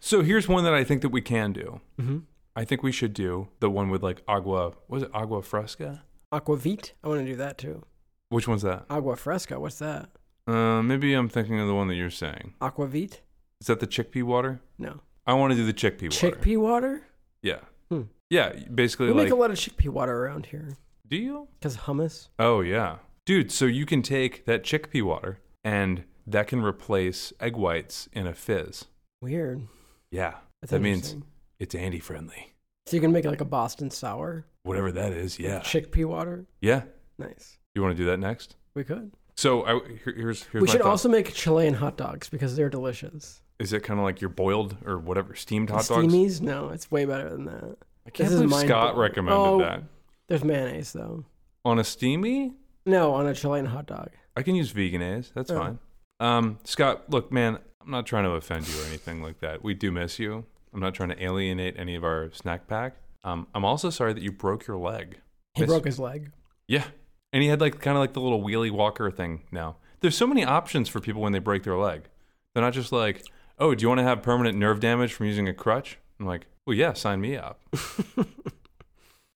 Speaker 1: so here's one that I think that we can do.
Speaker 2: Mm-hmm.
Speaker 1: I think we should do the one with like agua. Was it agua fresca?
Speaker 2: Aquavit? I want to do that too.
Speaker 1: Which one's that?
Speaker 2: Agua fresca, what's that?
Speaker 1: Uh, maybe I'm thinking of the one that you're saying.
Speaker 2: Aquavit?
Speaker 1: Is that the chickpea water?
Speaker 2: No.
Speaker 1: I want to do the chickpea water.
Speaker 2: Chickpea water?
Speaker 1: Yeah.
Speaker 2: Hmm.
Speaker 1: Yeah. Basically,
Speaker 2: We
Speaker 1: like,
Speaker 2: make a lot of chickpea water around here.
Speaker 1: do you?
Speaker 2: Because hummus?
Speaker 1: Oh yeah, dude. So you can take that chickpea water, and that can replace egg whites in a fizz.
Speaker 2: Weird.
Speaker 1: Yeah.
Speaker 2: That's
Speaker 1: that means
Speaker 2: interesting.
Speaker 1: it's Andy friendly.
Speaker 2: So you can make like a Boston sour?
Speaker 1: Whatever that is. Yeah.
Speaker 2: Chickpea water?
Speaker 1: yeah.
Speaker 2: Nice.
Speaker 1: You want to do that next?
Speaker 2: We could.
Speaker 1: So I here, here's here's
Speaker 2: we
Speaker 1: my
Speaker 2: should
Speaker 1: thought.
Speaker 2: also make Chilean hot dogs because they're delicious.
Speaker 1: Is it kind of like your boiled or whatever steamed hot dogs?
Speaker 2: Steamies? No, it's way better than that.
Speaker 1: I can't
Speaker 2: This is
Speaker 1: believe
Speaker 2: mind
Speaker 1: Scott
Speaker 2: blowing.
Speaker 1: recommended
Speaker 2: Oh.
Speaker 1: that
Speaker 2: There's mayonnaise though.
Speaker 1: on a steamy.
Speaker 2: No, on a Chilean hot dog.
Speaker 1: I can use veganese. That's
Speaker 2: Oh.
Speaker 1: fine. Um, Scott, look, man, I'm not trying to offend you or anything like that. We do miss you. I'm not trying to alienate any of our snack pack. Um, I'm also sorry that you broke your leg.
Speaker 2: He
Speaker 1: Miss-
Speaker 2: broke his leg.
Speaker 1: Yeah, and he had like kind of like the little wheelie walker thing. Now there's so many options for people when they break their leg. They're not just like, oh, do you want to have permanent nerve damage from using a crutch? I'm like, well, yeah, sign me up.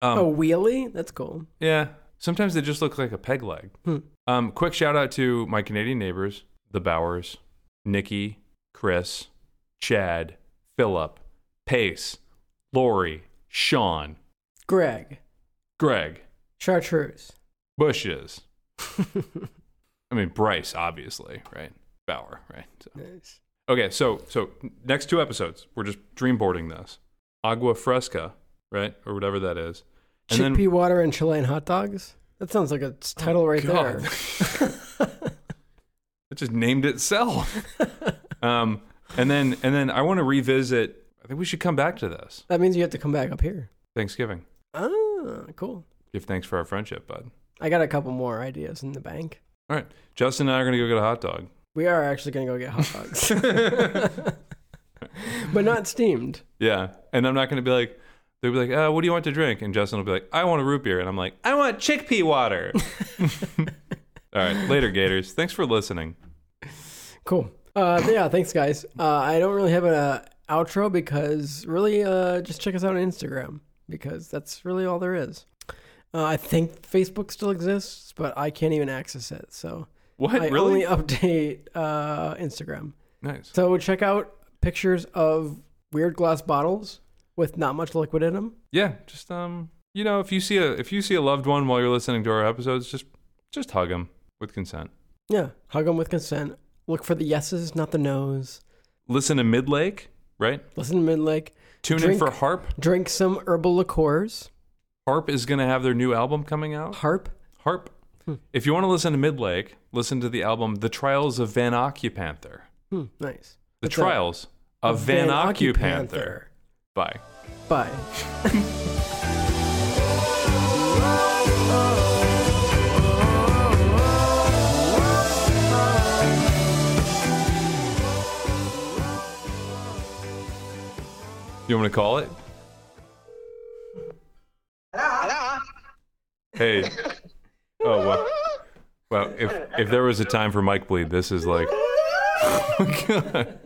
Speaker 1: um,
Speaker 2: a Oh, wheelie? That's cool.
Speaker 1: yeah. Sometimes they just look like a peg leg.
Speaker 2: Hmm.
Speaker 1: Um, quick shout out to my Canadian neighbors, the Bowers, Nikki, Chris, Chad, Philip, Pace, Lori, Sean,
Speaker 2: Greg,
Speaker 1: Greg,
Speaker 2: chartreuse.
Speaker 1: Bushes. I mean Bryce, obviously, right? Bauer, right? So-
Speaker 2: nice.
Speaker 1: Okay, so so next two episodes, we're just dream boarding this. Agua fresca, right? Or whatever that is. And then- Oh,
Speaker 2: Chickpea water and Chilean hot dogs? That sounds like a s- title right
Speaker 1: God.
Speaker 2: there.
Speaker 1: it just named itself. um, and then and then I want to revisit. I think we should come back to this
Speaker 2: That means you have to come back up here.
Speaker 1: Thanksgiving.
Speaker 2: Ah, cool.
Speaker 1: Give thanks for our friendship, bud.
Speaker 2: I got a couple more ideas in the bank.
Speaker 1: All right, Justin and I are gonna go get a hot dog.
Speaker 2: We are actually going to go get hot dogs. but not steamed.
Speaker 1: Yeah, and I'm not gonna be like. They'll be like, uh, "What do you want to drink?" And Justin will be like, "I want a root beer," and I'm like, "I want chickpea water." All right, later, Gators. Thanks for listening.
Speaker 2: Cool. Uh, yeah, thanks, guys. Uh, I don't really have an uh, outro because really, uh, just check us out on Instagram because that's really all there is. Uh, I think Facebook still exists, but I can't even access it. So
Speaker 1: What?
Speaker 2: I
Speaker 1: really?
Speaker 2: only update uh, Instagram.
Speaker 1: nice.
Speaker 2: So check out pictures of weird glass bottles with not much liquid in them.
Speaker 1: Yeah, just um, you know, if you see a if you see a loved one while you're listening to our episodes, just just hug them with consent.
Speaker 2: Yeah, hug them with consent. Look for the yeses, not the nos.
Speaker 1: Listen to Midlake, right?
Speaker 2: Listen to Midlake.
Speaker 1: Tune in
Speaker 2: Drink-
Speaker 1: for Harp.
Speaker 2: Drink some herbal liqueurs.
Speaker 1: Harp is going to have their new album coming out.
Speaker 2: Harp.
Speaker 1: Harp.
Speaker 2: Hmm.
Speaker 1: If you want to listen to Midlake, listen to the album The Trials of Van Occupanther.
Speaker 2: Hmm, nice.
Speaker 1: The
Speaker 2: What's that?
Speaker 1: Trials of Van, Occupanther. Bye.
Speaker 2: Bye.
Speaker 1: You want me to call it? Hey. Oh wow. Well, if if there was a time for Mike bleed, this is like. Oh my god.